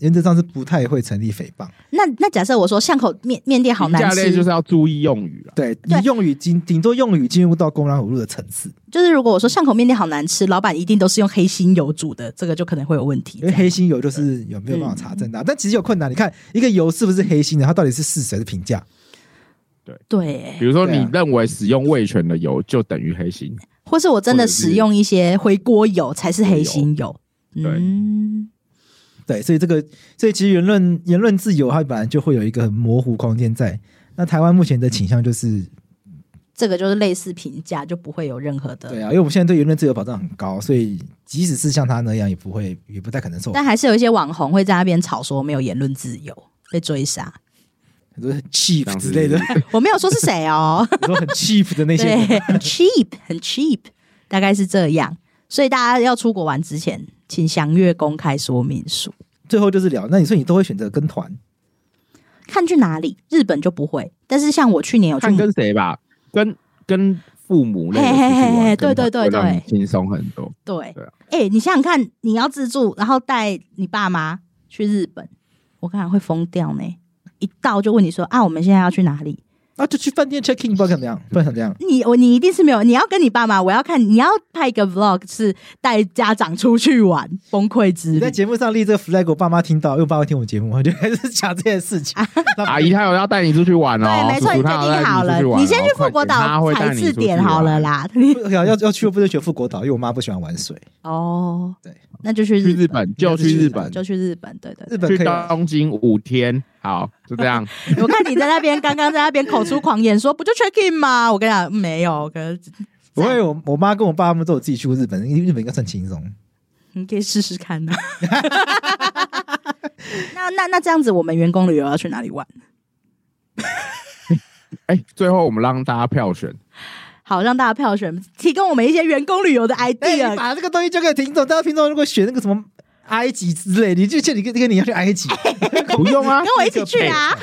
Speaker 1: 原则上是不太会成立诽谤。
Speaker 3: 那那假设我说巷口面面店好难
Speaker 4: 评价
Speaker 3: 吃，
Speaker 4: 类就是要注意用语啊了。
Speaker 1: 对，
Speaker 3: 对
Speaker 1: 你用语进顶多用语进入到公然侮辱的层次，
Speaker 3: 就是如果我说巷口面店好难吃，老板一定都是用黑心油煮的，这个就可能会有问题
Speaker 1: 因。为黑心油就是有没有办法查证的啊、但其实有困难。你看一个油是不是黑心的，它到底是事实还是评价？
Speaker 3: 对
Speaker 4: 比，如说，
Speaker 1: 对啊
Speaker 4: 你认为使用味全的油就等于黑心，
Speaker 3: 或是我真的
Speaker 4: 或者是
Speaker 3: 使用一些回锅油才是黑心油。
Speaker 4: 对
Speaker 3: 嗯，
Speaker 1: 对，所以这个，所以其实言论言论自由它本来就会有一个很模糊空间在。那台湾目前的倾向就是
Speaker 3: 这个就是类似评价，就不会有任何的。
Speaker 1: 对啊，因为我们现在对言论自由保障很高，所以即使是像他那样，也不会，也不太可能受
Speaker 3: 但还是有一些网红会在那边吵说没有言论自由，被追杀。
Speaker 1: 很多很 cheap
Speaker 4: 像
Speaker 1: 之
Speaker 4: 是
Speaker 1: 类的，
Speaker 3: 我没有说是谁哦，
Speaker 1: 很多很 cheap 的那些
Speaker 3: 对
Speaker 1: 人。，
Speaker 3: 很 cheap，很 cheap，大概是这样。所以大家要出国玩之前，请详阅公开说明书。
Speaker 1: (laughs) 最后就是聊，那你说你都会选择跟团，
Speaker 3: 看去哪里，日本就不会。但是像我去年有去
Speaker 4: 看跟谁吧，跟跟父母类的
Speaker 3: 嘿
Speaker 4: 出
Speaker 3: 嘿
Speaker 4: 去玩
Speaker 3: 嘿嘿
Speaker 4: 可
Speaker 3: 对
Speaker 4: 能
Speaker 3: 对对
Speaker 4: 会让你
Speaker 3: 对
Speaker 4: 轻松很多。
Speaker 3: 对
Speaker 4: 对啊，
Speaker 3: 哎、你想想看，你要自助，然后带你爸妈去日本，我看会疯掉呢。一到就问你说啊，我们现在要去哪里？
Speaker 1: 那、就去饭店 check in，不知道怎么样，不然怎么样？
Speaker 3: 你我你一定是没有，你要跟你爸妈，我要看你要拍一个 vlog，是带家长出去玩，崩溃之
Speaker 1: 你在
Speaker 3: 旅。
Speaker 1: 节目上立这个 flag，我爸妈听到，因为我爸会听我节目，我就开始讲这件事情。
Speaker 3: 啊
Speaker 1: 那
Speaker 4: 阿姨，她有要带你出去玩哦，
Speaker 3: 对，没错，
Speaker 4: 叔
Speaker 3: 你
Speaker 4: 叔
Speaker 3: 决
Speaker 4: 她有
Speaker 3: 定
Speaker 4: 要带你
Speaker 3: 好了，
Speaker 4: 出去玩哦
Speaker 3: 你先去
Speaker 4: 快
Speaker 3: 富
Speaker 4: 点
Speaker 3: 国
Speaker 4: 她
Speaker 3: 岛
Speaker 4: 会带
Speaker 3: 踩
Speaker 4: 你
Speaker 3: 字
Speaker 4: 出去
Speaker 3: 典好
Speaker 4: 玩
Speaker 3: 了。
Speaker 4: (laughs)
Speaker 3: 啦。
Speaker 1: 不要要要去，又不是学富国岛，因为我妈不喜欢玩水。
Speaker 3: 哦，
Speaker 1: 对，
Speaker 3: 那就去
Speaker 4: 去日
Speaker 3: 日
Speaker 4: 本就
Speaker 1: 去
Speaker 4: 去
Speaker 1: 日
Speaker 4: 日
Speaker 1: 本
Speaker 4: 本，
Speaker 3: 就去日本，对对
Speaker 1: 日
Speaker 3: 对。
Speaker 1: 本
Speaker 4: 去
Speaker 1: 可以玩，
Speaker 4: 东京五天，好，就这
Speaker 3: (laughs)
Speaker 4: 样。
Speaker 3: 我看你在那边刚刚在那边口出狂言说不就 check in 吗？我跟你讲，没有，可能
Speaker 1: 不会。我我妈跟我爸他们都有自己去过日本，因为日本应该算轻松。
Speaker 3: 你可以试试看 (laughs) 呐、那那那这样子，我们员工旅游要去哪里玩？
Speaker 4: 哎，最后我们让大家票
Speaker 3: (laughs)
Speaker 4: 选，
Speaker 3: 好，让大家票选，提供我们一些员工旅游的
Speaker 1: 哎、你
Speaker 3: idea。
Speaker 1: 把这个东西交给听众，大家听众如果选那个什么埃及之类，你就劝你跟跟你要去埃及，
Speaker 4: 不用啊
Speaker 3: 跟，我一起去啊！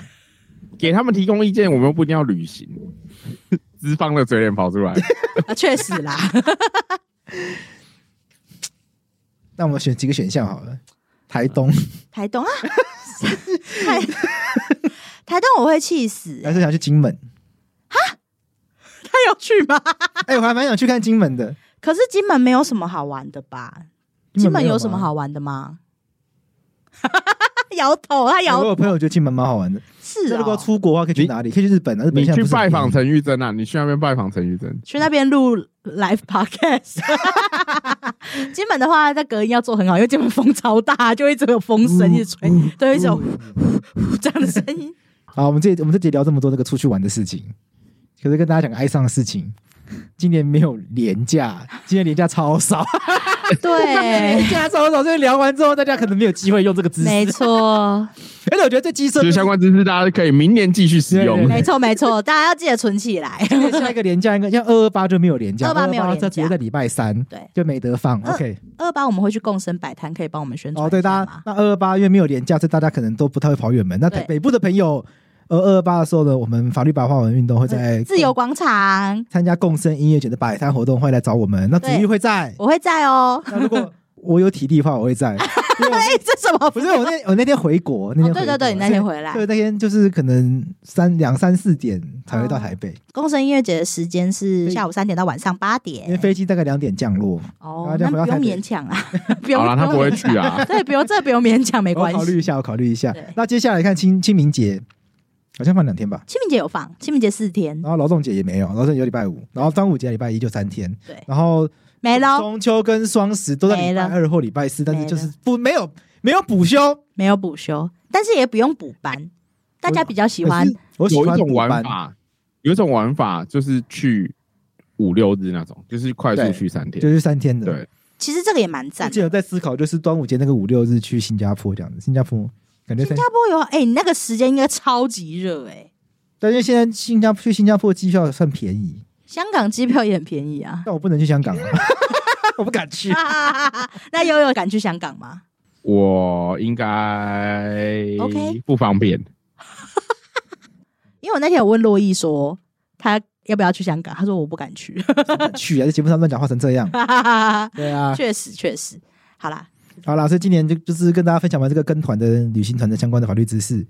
Speaker 4: 给他们提供意见，我们又不一定要
Speaker 1: (laughs)
Speaker 4: 旅行。资方的嘴脸跑出来，
Speaker 3: 啊，确实啦，
Speaker 1: 那我们选几个选项好了。台东，
Speaker 3: (laughs) 台东啊， (laughs) 台台东我会气死、欸
Speaker 1: 还是想去金
Speaker 3: (laughs)
Speaker 1: 门？
Speaker 3: 他有去吗？
Speaker 1: 哎、我还蛮想去看金门的。
Speaker 3: 可是金门没有什么好玩的吧？
Speaker 1: 啊
Speaker 3: 金门有什么好玩的吗？ (laughs) 摇头，他
Speaker 1: 没有吗？哎我
Speaker 3: 摇
Speaker 1: 有朋友觉得金门蛮好玩的。
Speaker 3: 是
Speaker 1: 那如果要
Speaker 3: 哦，
Speaker 1: 出国的话，可以去哪里？可以去日本啊。日本
Speaker 4: 你
Speaker 1: 现在
Speaker 4: 去
Speaker 1: 不是很
Speaker 4: 拜
Speaker 1: 便
Speaker 4: 访
Speaker 1: 宜
Speaker 4: 陈玉珍啊，你去那边拜访陈玉珍，
Speaker 3: 去那边录 live (laughs) podcast。金门的话，那隔音要做很好，因为金门风超大，就一直有风声一直吹，都有一种 (laughs) 这样的声 (laughs) 音。
Speaker 1: 好，我们这我们这节聊这么多那个出去玩的事情，可是跟大家讲个哀伤的事情。今年没有廉价，今年廉价超
Speaker 3: (laughs)
Speaker 1: 少，
Speaker 3: 对
Speaker 1: 廉，价超少，所以聊完之后，大家可能没有机会用这个知识。
Speaker 3: 没错，
Speaker 1: 而且我觉得最鸡
Speaker 4: 就
Speaker 1: 生
Speaker 4: 是相关知识大家可以明年继续使用
Speaker 1: 对。
Speaker 3: 没错，没错，大家要记得存起来。
Speaker 1: 下一个廉价应该像二二八就没有廉价，
Speaker 3: 228没有廉价
Speaker 1: 这直接在礼拜三
Speaker 3: 对，
Speaker 1: 就没得放。
Speaker 3: 呃
Speaker 1: OK，
Speaker 3: 二八我们会去共生摆摊，可以帮我们宣传
Speaker 1: 哦，对，
Speaker 3: 一
Speaker 1: 大
Speaker 3: 下吗
Speaker 1: 家那二二八因为没有廉价，所以大家可能都不太会跑远门。那
Speaker 3: 对
Speaker 1: 北北部的朋友，呃，二二八的时候呢，我们法律白话文运动会在
Speaker 3: (laughs) 自由广场，
Speaker 1: 参加共生音乐节的摆摊活动，欢迎来找我们。那子玉
Speaker 3: 对
Speaker 1: 会在，
Speaker 3: 我会在 (laughs) 哦。
Speaker 1: 那如果我有体力的话，我会在。因为我
Speaker 3: 哎，这什么？
Speaker 1: 不是我
Speaker 3: (laughs)
Speaker 1: 那我那天回国，那天
Speaker 3: 哦对对对你那天回来
Speaker 1: 对那天就是可能三两三四点才会到台北，
Speaker 3: 共生音乐节的时间是下午三点到晚上八
Speaker 1: 因为
Speaker 3: 点。
Speaker 1: 飞机大概两点降落。
Speaker 3: 哦
Speaker 1: 大，家回
Speaker 3: 那不
Speaker 1: 到台
Speaker 3: 用
Speaker 1: 北
Speaker 3: 勉强啊， (laughs) 不用。
Speaker 4: 好啦，他
Speaker 3: 用
Speaker 4: 不会
Speaker 3: 勉
Speaker 4: 去
Speaker 3: 强。 (laughs)
Speaker 4: 啊。
Speaker 3: 对，不用，这不用勉强，没
Speaker 1: 我
Speaker 3: 关
Speaker 1: 考虑
Speaker 3: 系
Speaker 1: 一。下，我考虑一下
Speaker 3: 对。
Speaker 1: 那接下来看清清明节，好像放两天吧。
Speaker 3: 清明节有放，清明节四天
Speaker 1: 然。后劳动节也没有，劳动节有礼拜五，然后端午节礼拜一就三天。
Speaker 3: 对
Speaker 1: 然后
Speaker 3: 没了，
Speaker 1: 哦中秋跟双十都在礼
Speaker 3: 没
Speaker 1: 拜
Speaker 3: 了
Speaker 1: 二或礼拜四，但是
Speaker 3: 没
Speaker 1: 就是不没有没有补休。
Speaker 3: 没有补休，但是也不用补班，大家比较喜
Speaker 1: 哎
Speaker 3: 欢
Speaker 1: 可是 (laughs) 我喜
Speaker 4: 有
Speaker 1: 欢
Speaker 4: 一种
Speaker 1: 补
Speaker 4: 玩
Speaker 1: 班，
Speaker 4: 法，有一种玩法就是去五六日那种，就是快速
Speaker 1: 对
Speaker 4: 去三
Speaker 1: 就
Speaker 4: 天。
Speaker 1: 是三天的。
Speaker 4: 对，
Speaker 3: 其实这个也蛮
Speaker 1: 我
Speaker 3: 赞的。
Speaker 1: 记得在思考，就是端午节那个五六日去新加坡这样子，新加坡感觉
Speaker 3: 新
Speaker 1: 三
Speaker 3: 加，坡有哎、你那个时间应该超级热哎、
Speaker 1: 但是现在新加去新加坡机票算便宜，
Speaker 3: 香港机票也很便宜啊。 (laughs)
Speaker 1: 但我不能去香港啊， (laughs) 我不敢去。
Speaker 3: 那悠悠敢去香港吗？
Speaker 4: 我应该
Speaker 3: OK
Speaker 4: 不方便。
Speaker 3: 因为我那天有问洛毅说他要不要去香港，他说我不敢
Speaker 1: (laughs)
Speaker 3: 去。
Speaker 1: 去啊，在节目上乱讲话成这
Speaker 3: (laughs)
Speaker 1: 样。对啊，
Speaker 3: 确实确实，好啦，
Speaker 1: 好啦，所以今年就就是跟大家分享完这个跟团的旅行团的相关的法律知识，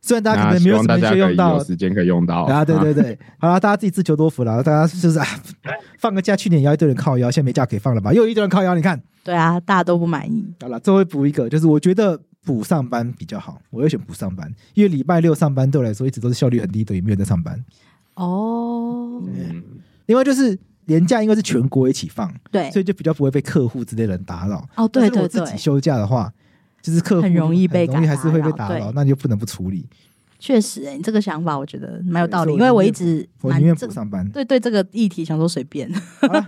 Speaker 1: 虽然大家可
Speaker 4: 那
Speaker 1: 能没
Speaker 4: 希
Speaker 1: 有
Speaker 4: 望
Speaker 1: 什
Speaker 4: 大
Speaker 1: 么
Speaker 4: 家
Speaker 1: 去
Speaker 4: 可以
Speaker 1: 用到
Speaker 4: 有，时间可以用到
Speaker 1: 啊，对对对，好了，大家自己自求多福了。大家就是啊，放个假，去年也要一堆人靠腰，现在没假可以放了吧？又有一堆人靠腰，你看，
Speaker 3: 对啊，大家都不满意。
Speaker 1: 好了，最后补一个，就是我觉得补上班比较好，我会选补上班，因为礼拜六上班对我来说一直都是效率很低的，也没有在上班。
Speaker 3: 哦，
Speaker 4: 嗯
Speaker 1: 另外就是年假，因为是全国一起放，
Speaker 3: 对
Speaker 1: 所，以就比较不会被客户之类的人打扰。
Speaker 3: 哦，
Speaker 1: 但
Speaker 3: 对对
Speaker 1: 是我自己
Speaker 3: 对，
Speaker 1: 休假的话，就是客户
Speaker 3: 很容易被
Speaker 1: 很容易还是会被打
Speaker 3: 打
Speaker 1: 扰，
Speaker 3: 扰对
Speaker 1: 那你就不能不处理。
Speaker 3: 确实、哎，你这个想法我觉得蛮有道理，
Speaker 1: 对
Speaker 3: 因为我一直
Speaker 1: 我宁愿
Speaker 3: 这
Speaker 1: 补上班。
Speaker 3: 对对这个议题想说随便， (laughs)
Speaker 1: 好啦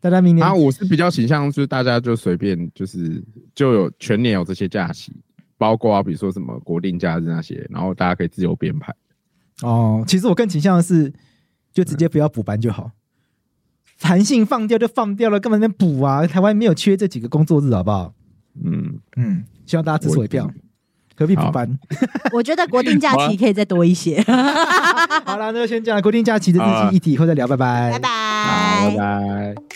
Speaker 1: 大家明年
Speaker 4: 啊，我是比较倾向就是大家就随便就是就有全年有这些假期，包括比如说什么国定假日那些，然后大家可以自由编排。
Speaker 1: 哦，其实我更倾向的是，就直接不要补班就好，弹性放掉就放掉了，干嘛那边补啊？台湾没有缺这几个工作日，好不好？
Speaker 4: 嗯，
Speaker 1: 嗯，希望大家支持我一票
Speaker 4: 我，
Speaker 1: 何必补班？
Speaker 3: 我觉得国定假期可以再多一些。
Speaker 1: 好啦，那就先这样，国定假期的日
Speaker 4: 好啊
Speaker 1: 期议题以后再聊，拜拜，
Speaker 3: 拜拜
Speaker 4: 好，拜。拜。